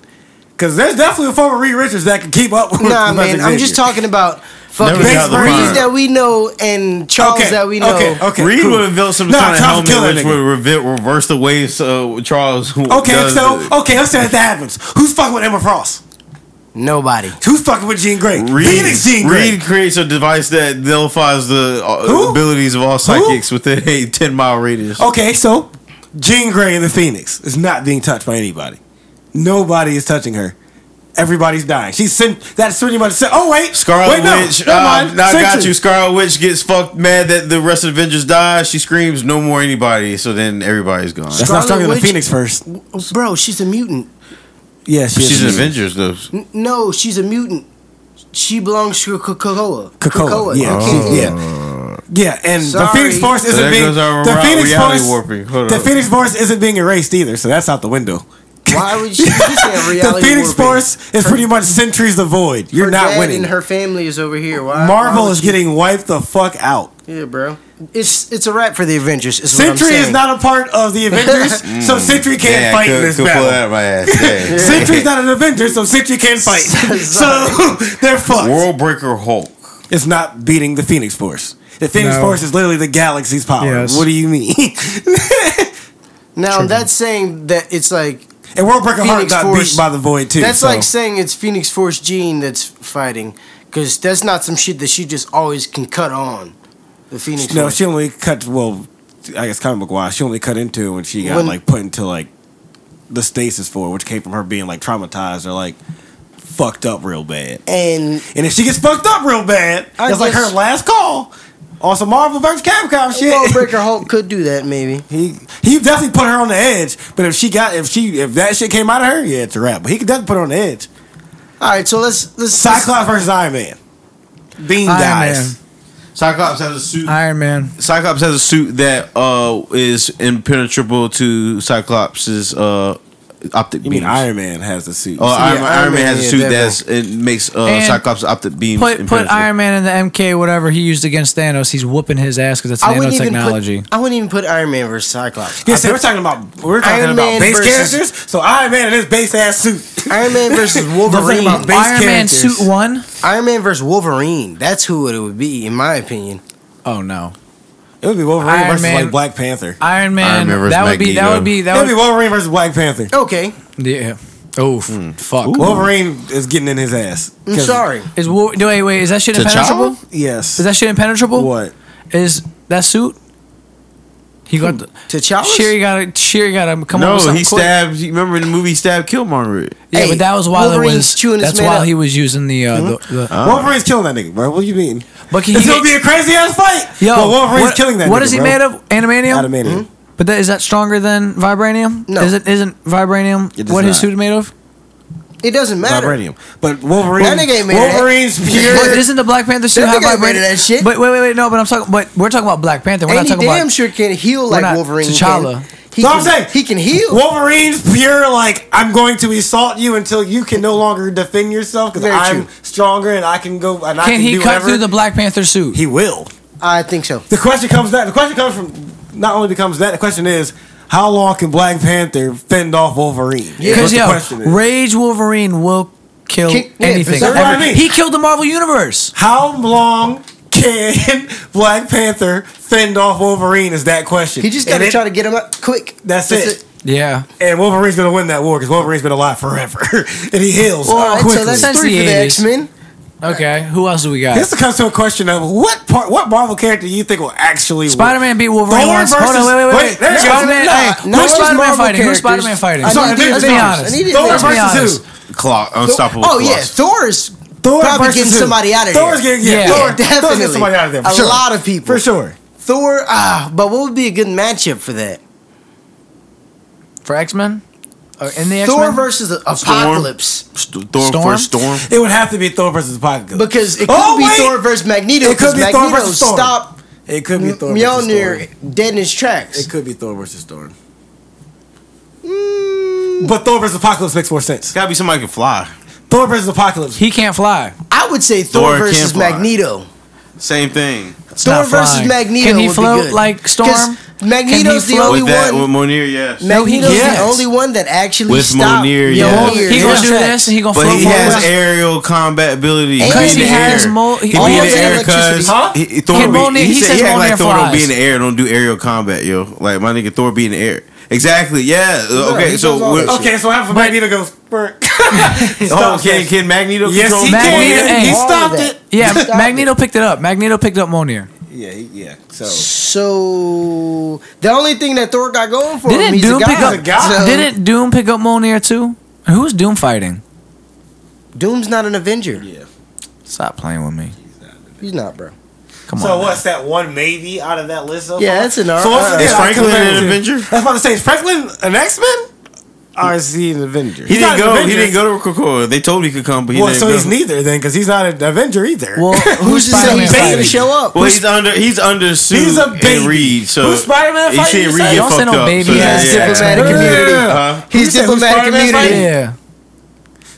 D: Because there's definitely a form of Reed Richards that can keep up. with
A: Nah,
D: Professor
A: man. I'm
D: Xavier.
A: just talking about fucking
C: Never
A: Reed
D: got the fire.
A: that we know and Charles
D: Okay,
A: that we know.
D: okay, okay.
C: Reed
D: cool.
C: would invent some
D: Nah,
C: kind of
D: Charles Taylor,
C: helmet which
D: nigga.
C: would reveal, reverse the way so Charles. who
D: Okay,
C: does it.
D: so okay, let's say that, that happens. Who's fucking with Emma Frost?
A: Nobody.
D: Who's fucking with Jean Grey?
C: Reed,
D: Phoenix Jean Grey.
C: Reed creates a device that nullifies the uh,
D: Who? Oh,
C: abilities of all psychics within a ten mile radius.
D: Okay, so Jean Grey and the Phoenix is not being touched by anybody. Nobody is touching her. Everybody's dying. She's sent. That's pretty much said. Oh wait,
C: Scarlet
D: wait, no,
C: Witch,
D: never
C: uh,
D: mind.
C: I got
D: Sentry.
C: you. Scarlet Witch gets fucked mad that the rest of Avengers die. She screams, "No more anybody!" So then everybody's gone.
D: That's
A: Scarlet
D: not stronger than
A: Witch-
D: Phoenix first.
A: Bro, she's a mutant.
D: Yeah, she
C: She's
D: is.
C: an Avengers though.
A: N- No, she's a mutant. She belongs to Krakoa.
D: Krakoa. Yeah, Oh.
A: Okay.
D: she- yeah, yeah. And the
A: Sorry.
D: Phoenix Force
C: So
D: isn't
C: Oh. there
D: being
C: goes our
D: the
C: ra-
D: Phoenix
C: reality
D: Force.
C: warping. Hold
D: the
C: up.
D: Phoenix Force isn't being erased either, so that's out the window.
A: Why would she, she said
D: The
A: reality
D: Phoenix
A: warping.
D: Force is pretty much Sentry's the void. You're
A: her
D: not
A: dad
D: winning.
A: And her family is over here. Why?
D: Marvel
A: why
D: is
A: would you-
D: getting wiped the fuck out.
A: yeah, bro. It's it's a wrap for the Avengers. Is what I'm
D: Sentry is
A: saying. Mm.
D: not a part of the Avengers, so Sentry can't
C: Yeah,
D: fight
C: could-
D: in this
C: could pull
D: battle.
C: that out of my ass. Yeah.
D: Sentry's not an Avenger, so Sentry can't fight. so they're fucked.
C: World Breaker Hulk.
D: It's not beating the Phoenix Force. The Phoenix
B: No.
D: Force is literally the galaxy's power.
B: Yes.
D: What do you mean?
A: Now that's saying that it's like
D: and World Breaker Heart
A: Phoenix
D: got
A: Force-
D: beat by the Void too.
A: that's
D: so.
A: like saying it's Phoenix Force Jean that's fighting because that's not some shit that she just always can cut on. The Phoenix
D: no,
A: Force.
D: she only cut. Well, I guess comic book wise, she only cut into when she got
A: When-
D: like put into like the stasis for, which came from her being like traumatized or like fucked up real bad.
A: and
D: And if she gets fucked up real bad,
A: I
D: that's like her
A: guess-
D: last call on some Marvel vs. Capcom shit.
A: World Breaker Hulk could do that maybe.
D: He he definitely put her on the edge. But if she got if she if that shit came out of her, yeah, it's a wrap. But he could definitely put her on the edge.
A: All right, so let's let's.
D: Cyclops versus Iron Man. Bean
B: Iron
D: dies.
C: Cyclops has a suit.
B: Man, Iron Man.
C: Cyclops has a suit that uh is impenetrable to Cyclops's uh optic
D: You
C: beams.
D: mean Iron Man has a suit?
C: Oh, Iron,
A: Yeah,
C: Iron
A: Iron
C: Man
A: Man,
C: has a
A: yeah,
C: suit
A: definitely.
C: that's it makes uh,
B: And
C: Cyclops optic beams.
B: Put put
C: impenetrable.
B: Iron Man in the MK whatever he used against Thanos. He's whooping his ass because that's
A: I wouldn't even
B: nanotechnology.
A: put. I wouldn't even put Iron Man versus Cyclops.
D: yeah, see, we're talking about we're talking
A: Iron
D: about
A: Man
D: base
A: versus-
D: characters. So Iron Man in his base ass suit.
A: Iron Man versus
D: The thing
A: Wolverine.
D: about base
B: Iron Man
D: characters.
B: suit one.
A: Iron Man versus Wolverine. That's who it would be, in my opinion.
B: Oh no,
D: It would be Wolverine
B: Iron
D: versus
B: Man-
D: like Black Panther.
B: Iron Man.
C: Man versus
B: that would be that
C: Magneto.
B: would be
D: It would
B: that
D: be
B: would
D: Wolverine versus Black Panther.
A: Okay,
B: yeah. Oh f-
C: Hmm.
B: fuck.
D: Wolverine is getting in his ass.
A: I'm
D: 'Cause-
A: sorry.
B: Is Wol- no, wait wait is that shit
C: T'Challa?
B: impenetrable?
D: Yes.
B: Is that shit impenetrable?
D: what?
B: is that suit? He
C: Hmm.
B: got the,
A: T'Challa.
B: Sherry got to Sherry got to come on. with
C: No,
B: something
C: he
B: quick.
C: stabbed. You remember in the movie, he stabbed Killmonger.
B: Yeah,
A: Hey,
B: but that was while it
A: Wolverine's
B: was.
A: chewing his
B: That's
A: man
B: while
A: up.
B: he was using the. Uh, the, the
A: Ah.
D: Wolverine's killing that nigga, bro. What do you mean?
B: but he,
D: It's gonna be a crazy ass fight.
B: yo,
D: but Wolverine's
B: what-
D: killing that.
B: What
D: nigga,
B: is he
D: bro.
B: made of? Animanium.
A: Hmm?
D: Adamantium.
B: But that, is that stronger than vibranium?
A: No.
B: Is it isn't vibranium
D: It is
B: what his
D: not.
B: suit is made of?
A: It doesn't matter.
D: Vibranium. But Wolverine.
A: That nigga ain't made that.
D: Wolverine's
B: But
D: pure.
B: doesn't the Black Panther suit
A: That
B: have
A: nigga ain't made
B: vibranium?
A: of that shit.
B: But wait, wait, wait, no. But I'm talking. But we're talking about Black Panther. We're
A: and he
B: not talking
A: damn
B: about.
A: sure can heal like
B: not-
A: Wolverine.
B: T'Challa.
A: Can. He,
D: So
A: can,
D: I'm saying-
A: he can heal.
D: Wolverine's pure. Like I'm going to assault you until you can no longer defend yourself because
A: Very
D: I'm
A: true.
D: stronger and I can go and I
B: Can
D: can
B: he
D: do
B: cut
D: whatever.
B: through the Black Panther suit?
D: he will.
A: I think so.
D: The question comes that the question comes from not only becomes that the question is how long can Black Panther fend off Wolverine?
B: Because
D: That's the
B: yo,
D: question is.
B: Rage Wolverine will kill
A: Ki- yeah,
B: anything.
A: Berserker.
D: That's what I
B: Every-
D: mean.
B: He killed the Marvel Universe.
D: How long can Black Panther fend off Wolverine? Is that question?
A: He just
D: And
A: got to
D: it-
A: try to get him up quick.
D: That's, it.
B: Yeah.
D: And Wolverine's gonna win that war because Wolverine's been alive forever, and he heals
A: All right,
D: quickly.
A: so that's
B: Since
A: three
B: the
A: for the
B: 80s.
A: X Men.
B: Okay. Who else do we got?
D: this comes to a question of what part, what Marvel character you think will actually
B: Spider Man beat Wolverine
D: Thor
B: once. Hold on,
D: versus-
B: wait, wait, wait.
D: wait, there it is.
B: Spider Man.
D: Nah,
B: Hey,
A: nah, those
B: who's Spider Man
A: Marvel
B: fighting? Who's
A: characters-
B: Spider Man fighting?
A: I
D: Sorry,
A: need
D: I
A: the
D: didn't
B: Let's
D: think-
B: be
A: names.
B: honest.
A: I need the
D: Thor
A: names.
B: Let's be
D: versus
B: honest.
D: who?
C: Clock, unstoppable.
A: Oh yeah,
C: Colossus.
A: Thor's
D: Thor
A: probably
D: versus
A: get
D: who?
A: somebody out of there.
D: Thor's getting yeah,
B: Yeah,
D: Thor, Thor's
A: definitely.
D: getting somebody out of there. for
A: A
D: sure.
A: lot of people
D: for sure.
A: Thor, ah, but what would be a good matchup for that?
B: For X Men? Or in the X
A: Thor
B: Men?
A: versus Apocalypse,
C: St- Thor
B: Storm?
C: for Storm.
D: It would have to be Thor versus Apocalypse.
A: because it could
D: Oh,
A: be
D: wait!
A: Thor versus Magneto.
D: It
A: because
D: could be Thor
A: Magneto
D: versus Thor.
A: Stop
D: it could be Thor versus Storm.
A: Mjolnir dead in his tracks.
D: It could be Thor versus Storm. Mm. But Thor versus Apocalypse makes more sense.
C: Gotta be somebody who can fly.
D: Thor versus Apocalypse.
B: He can't fly.
A: I would say Thor,
C: Thor
A: versus
C: can fly.
A: Magneto.
C: Same thing.
B: It's
A: Thor
B: not
A: versus
B: flying.
A: Magneto
B: Can he
A: would be
B: float
A: good.
B: like
A: 'Cause
B: Storm?
A: Magneto's
B: Can he
A: the
B: float?
A: only
C: With that, with
A: one.
C: Monier, yes.
B: No, he
A: Magneto's
B: can't.
A: the only one that actually
C: With
A: stopped
C: Mjolnir, yeah.
A: Mjolnir.
C: He
B: He
A: in
B: gonna
A: his
B: do
A: tracks.
B: this and he gonna
C: But
B: float
C: he
B: for
C: has aerial combat ability.
A: And
C: be in
A: he
C: the
A: has
C: air.
B: mul-
C: he
B: he
C: be in
A: almost
C: the air
A: has electricity.
C: cuz
D: Huh?
C: he, he- Thor
B: Can
C: be-
B: Mjolnir-
C: he,
B: he
C: said
B: says
C: he act like
B: Mjolnir
C: Thor don't be
B: flies.
C: in the air, don't do aerial combat, yo. Like my nigga Thor be in the air. Exactly. Yeah.
A: No,
C: okay.
A: he
C: So
A: does all
C: we're-
A: that shit.
D: Okay, so half of
B: But-
D: Magneto goes. "Burr."
C: oh,
D: Stop
C: can,
D: that.
C: can Magneto?
D: Yes, he
C: control-
B: Magneto-
D: can. He
B: Hey.
D: stopped
A: All of
D: it.
A: that.
B: Yeah,
A: Stop it.
B: Magneto picked it up. Magneto picked up Monier.
D: Yeah, he- yeah. So
A: So the only thing that Thor got going for him,
B: Didn't
A: he's
B: Doom
A: a
B: pick
A: god.
B: up?
D: He's a god.
A: So,
B: Didn't Doom pick up Monier too? Who's Doom fighting?
A: Doom's not an Avenger?
D: yeah.
B: Stop playing with me.
A: He's not, bro.
B: Come
D: So
B: on.
D: what's that one maybe out of that list? So
A: Yeah,
D: far?
A: that's an R-
D: So what's
A: uh,
D: the
C: Is
D: thing I
C: Franklin
D: come back
C: an
D: to?
C: Avenger?
D: That's what I was about to say. Is Franklin an X Men? Or is he an Avenger?
C: He didn't go. He didn't go to Krakoa. They told him he could come, but he
D: Well,
C: didn't
D: so
C: go.
D: he's neither then, because he's not an Avenger either.
B: Well,
A: Who's
B: who's
A: to say
B: Spider
A: he
B: Man
A: didn't
B: fighting?
A: show up?
C: Well, he's under. He's under Sue
D: He's a baby.
C: and Reed. So
D: Who's Spider-Man
C: He
D: fighting,
C: said
D: you
C: Reed
D: say?
C: get
B: Don't say
C: fucked
B: no
C: up.
B: baby
C: so
B: ass
C: yeah, yeah.
A: diplomatic
B: X-Men.
A: community.
C: Uh-huh.
A: He's
D: said who's
A: diplomatic
D: Spider-Man
A: community.
B: Yeah.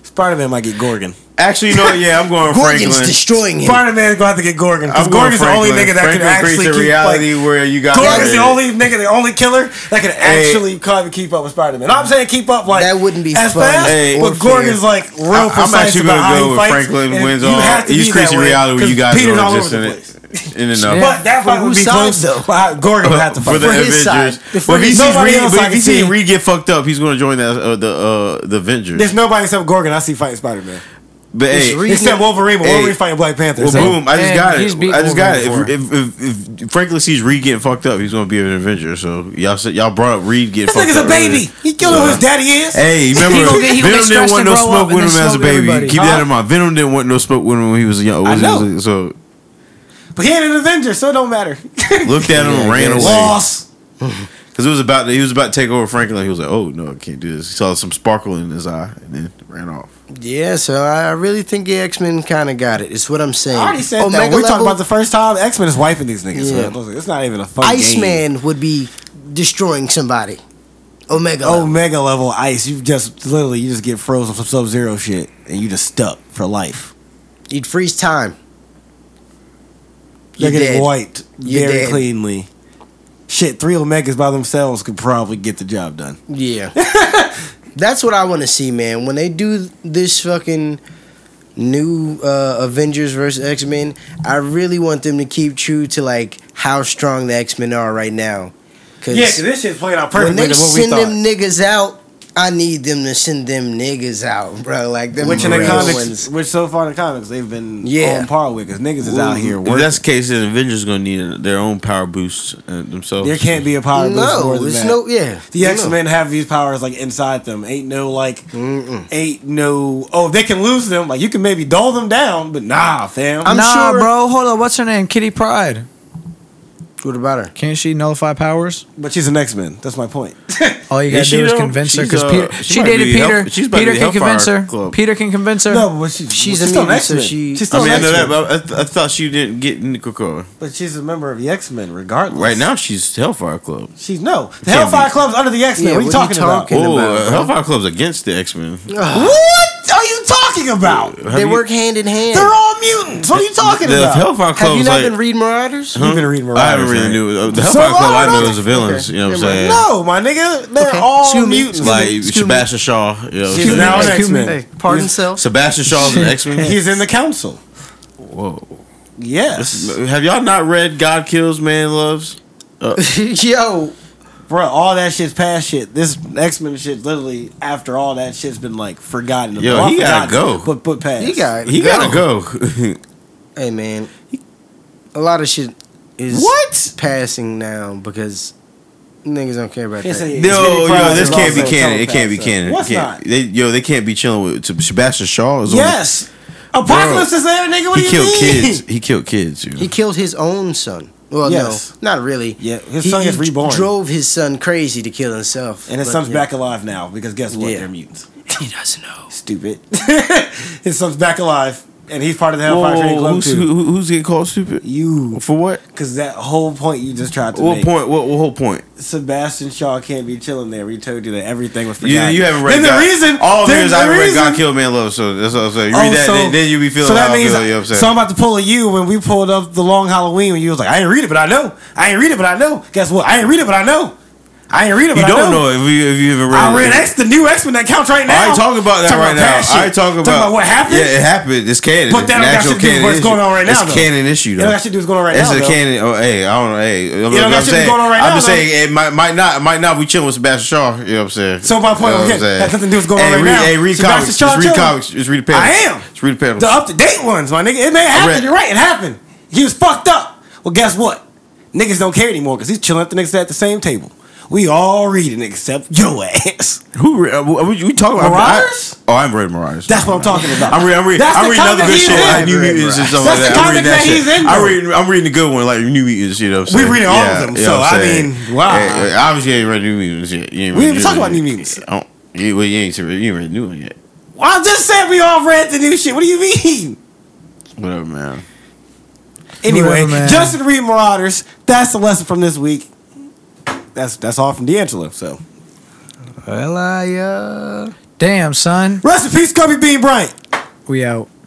D: Spider Man might get Gorgon.
C: Actually, you know, what? yeah, I'm going
A: Gorgon's
C: Franklin.
A: destroying him.
D: Spider Man's gonna have to get Gorgon because
C: I'm going
D: Gorgon's the only
C: Franklin.
D: nigga that
C: Franklin
D: can actually keep
C: creates a reality
D: like,
C: where you got.
D: Gorgon's the
C: Yeah.
D: only nigga, the only killer that can actually come keep up with Spider Man. I'm saying keep up like
A: That wouldn't be
D: as
A: fun
D: fast,
C: Hey, or
D: but
C: fair.
D: Gorgon's like real
C: I- I'm
D: precise
C: actually
D: about
C: gonna
D: how
C: go
D: he
C: with
D: fights,
C: Franklin
D: and
C: wins
D: you
C: all.
D: have to
C: He's
D: be
C: crazy
D: that way,
C: reality where you
D: 'cause
C: guys
D: Peter's
C: don't
D: all
C: exist
D: over
C: in
D: the
C: it.
D: place.
C: In and out.
B: Yeah.
D: But that fight would
A: whose
D: be
A: side,
D: close
A: though?
D: though. Gorgon would have to
C: Uh, for the
A: For
D: fight.
A: his
C: Avengers.
A: side.
C: Well,
D: For
C: if he
D: his-
C: sees
D: nobody
C: Reed,
D: else I
C: if he
D: can see.
C: sees Reed get fucked up, he's going to join that, uh, the uh, the Avengers.
D: There's nobody except Gorgon I see fighting Spider Man.
C: But hey,
A: Reed.
D: Except Wolverine, but
C: Hey.
D: Wolverine fighting Black Panther.
C: well,
D: so-
C: boom! I just
B: And
C: got
B: he's
C: it.
B: beat
C: I just got it.
B: Wolverine
C: If, if, if, if Franklin sees Reed getting fucked up, he's going to be an Avenger. So y'all said y'all brought up Reed getting
D: This
C: fucked
D: nigga's
C: up.
D: a baby.
C: earlier.
D: He killed who his daddy is.
C: Hey, remember
B: He gonna get- he gonna
C: Venom
B: get
C: didn't
B: stressed
C: want
B: and
C: no
B: grow
C: smoke
B: up and
C: with him
B: then
C: as a
B: smoke
C: baby.
B: everybody.
C: Keep that
D: Huh?
C: in mind. Venom didn't want no smoke with him when he was young.
D: I know.
C: So
D: But he ain't an Avenger, so it don't matter.
C: looked at him, and ran away
D: Loss.
C: because it was about to, he was about to take over Franklin. He was like, "Oh no, I can't do this." He saw some sparkle in his eye and then ran off.
A: Yeah, so I I really think the X Men kind of got it. It's what I'm saying.
D: I already said
A: Omega
D: that. We're talking
A: level,
D: about the first time X Men is wiping these niggas.
A: Yeah.
D: man. Listen, It's not even a fun game.
A: Iceman would be destroying somebody. Omega.
B: Oh.
A: level.
D: Omega Oh, level ice. You just literally you just get frozen from Sub Zero shit, and you just stuck for life.
A: You'd freeze time.
D: You're
A: You're
D: getting
A: dead.
D: wiped
A: You're
D: very
A: dead.
D: cleanly. Shit, three Omegas by themselves could probably get the job done.
A: Yeah. That's what I want to see, man. When they do this fucking new uh, Avengers versus X Men, I really want them to keep true to like how strong the X Men are right now. Cause
D: this shit's playing out
A: when they send them niggas out, I need them to send them niggas out, bro. Like them
D: Which in the
A: real
D: comics,
A: ones.
D: which so far in the comics they've been
A: Yeah.
D: on par with, because niggas is out here
C: If
D: working.
C: that's the case, then Avengers gonna need their own power boost uh, themselves.
D: there can't be a power boost uh, more
A: No,
D: than
A: it's
D: that.
A: no. Yeah,
D: The X Men have these powers like inside them. Ain't no like, ain't no. Oh, they can lose them. Like you can maybe dull them down, but nah, fam.
A: I'm
B: nah,
A: sure-
B: bro. Hold on. What's her name? Kitty Pride.
A: What about her?
B: Can't she nullify powers?
D: But she's an X Men. That's my point.
B: All you gotta
C: she
B: do is
C: though?
B: convince her
C: She's,
B: because
C: uh,
B: Peter.
C: she
B: She,
C: might
B: dated
C: be the
B: Peter.
C: Hellf- she's about to
B: Peter
C: be
B: can
C: the
B: convince her.
C: Hellfire Club.
B: Peter can convince her.
D: no, but she,
A: She's
D: she's,
A: a
D: still an
A: mutant, so
D: X Men.
A: she-
D: she's still
C: I mean, I
D: an
C: know
D: X
C: that,
D: Men.
C: but I, I, th- I thought she didn't get Nicole Cole.
D: But she's a member of the X Men, regardless.
C: Right now, she's Hellfire Club.
D: she's no. The
C: can't
D: Hellfire
C: be.
D: Club's under the X Men.
A: Yeah,
D: what are you talking about?
C: Oh,
A: about,
C: uh,
A: bro?
C: Hellfire Club's against the X Men.
D: What are you talking about?
A: They work hand in hand.
D: They're all mutants. What are you talking
C: The
D: about?
C: Hellfire Club
A: Have you
C: is
A: not
C: like.
A: been reading Marauders?
D: You've been reading
C: I haven't
D: Marauders,
C: really
D: right?
C: knew. The
D: So,
C: Hellfire Club
D: I
C: I
D: don't
C: know
D: know
C: is the
D: that-
C: villains. You know what I'm
A: Never mind.
C: saying?
D: No, my nigga, they're
A: Okay.
D: all
A: Excuse me.
D: mutants.
C: Like
A: Excuse me.
C: Sebastian Shaw. You know what I'm
D: She's
C: saying?
D: now an
A: Excuse
D: X
A: me.
D: Men.
A: Hey, pardon self.
C: Sebastian Shaw's an X Men.
D: He's in the council.
C: Whoa.
D: Yes,
C: Have y'all not read God Kills, Man Loves?
A: Yo,
D: bro. All that shit's past shit. This X Men shit, literally, after all that shit's been like forgotten.
C: Yo,
D: Well,
C: he gotta
D: forgotten,
C: go.
D: But put past.
A: he got
C: He gotta go.
A: Hey man, a lot of shit is
D: What?
A: passing now because niggas don't care about
D: It's
A: that.
D: a-
C: No,
D: It's
C: yo,
D: really
C: this
D: proud
C: can't be
D: of
C: canon. It
D: Telepath,
C: can't be
D: so.
C: canon.
D: What's
C: It can't-
D: not?
C: They, yo, they can't be chilling with to Sebastian Shaw. Is on-
D: Yes. Apocalypse is there, nigga. What
C: he
D: do you
C: killed
D: mean?
C: kids. He killed kids. You know?
A: He killed his own son. Well,
D: Yes.
A: no, not really.
D: Yeah, his
A: He-
D: son gets
A: he
D: reborn.
A: Drove his son crazy to kill himself,
D: And his
A: but,
D: son's
A: yeah,
D: back alive now because guess what?
A: Yeah.
D: They're mutants.
A: He doesn't know.
D: Stupid. his son's back alive, and he's part of the
C: Whoa,
D: Hellfire Training Club
C: who's,
D: too.
C: who, who's getting called stupid?
D: You,
C: For what?
D: because that whole point you just tried to
C: What
D: make.
C: point? What, what whole point?
D: Sebastian Shaw can't be chilling there. We told you that everything was
C: You,
D: forgotten.
C: you haven't read
D: And the
C: God-
D: reason
C: All the
D: then
C: years
D: the
C: I haven't read
D: reason-
C: God Kill Man Love. So that's what I'm saying. You read
D: Oh,
C: that,
D: so-
C: then, then you be feeling
D: so that
C: how I
D: means
C: feel, you know what I'm
D: so I'm
C: saying?
D: about to pull a you when we pulled up the Long Halloween when you was like, I ain't read it, but I know. I ain't read it, but I know. Guess what? I ain't read it, but I know. I ain't read it, but
C: You
D: I
C: don't know if you, if you haven't read
D: I read
C: it.
D: X, the new X Men that counts right now.
C: Oh, I ain't talking about that
D: Talking
C: right now.
D: past
C: I
D: shit.
C: ain't talking about,
D: what happened.
C: Yeah, it happened. It's canon.
D: But that don't got
C: Natural
D: shit to do with
C: canon
D: what's
C: issue.
D: going on right now,
C: It's
D: though.
C: canon issue
D: It
C: though.
D: don't got shit to do with what's going on right
C: It's
D: now,
C: a
D: though.
C: canon. Oh, hey, I don't know. Hey,
D: got
C: I'm, I'm
D: shit to do
C: saying,
D: going on right
C: I'm
D: now,
C: just
D: though.
C: saying it might, might not might not be chilling with Sebastian Shaw. You know what I'm saying?
D: So my point was, yeah,
C: You know what I'm saying?
D: has nothing to do with what's going
C: hey,
D: on right
C: read,
D: now.
C: Hey, read
D: Sebastian
C: comics.
D: Shaw
C: Just read
D: chilling.
C: comics. Just read the panel.
D: I am.
C: Just read the panel.
D: the up to date ones, my nigga. It may
C: Correct.
D: happen. You're right. It happened. He was fucked up. Well, guess what? Niggas don't care anymore because he's chilling at the niggas at the same table. We all reading except your ass.
C: Who re- uh, we, we- we talking about?
D: Marauders?
C: I, oh, I'm reading Marauders.
D: That's what I'm talking about.
C: I'm reading. I'm reading.
D: That's
C: I'm
D: the
C: reading other
D: comic
C: good
D: he's
C: shit.
D: in.
C: Like New Mutants and stuff
D: That's
C: like
D: the
C: that. I'm
D: comic
C: reading that
D: that he's
C: shit.
D: in,
C: I'm
D: though.
C: reading. I'm reading the good one, like New Mutants. You know. What I'm
D: We
C: saying?
D: reading all of them,
C: you
D: so,
C: know what I'm
D: I
C: saying?
D: mean, wow.
C: Hey, uh, obviously, you ain't read New Mutants yet. You ain't
D: We
C: read
D: didn't
C: New
D: talk about New Mutants.
C: I don't- You, well, you ain't. You ain't read New one yet.
D: Well, I just said we all read the new shit. What do you mean?
C: Whatever, man.
D: Anyway,
B: Whatever, man.
D: Justin Reed Marauders. That's the lesson from this week. That's that's all from D'Angelo. So
B: Well, I, uh... Damn, son.
D: rest in peace, Kobe Bean Bryant.
B: We out.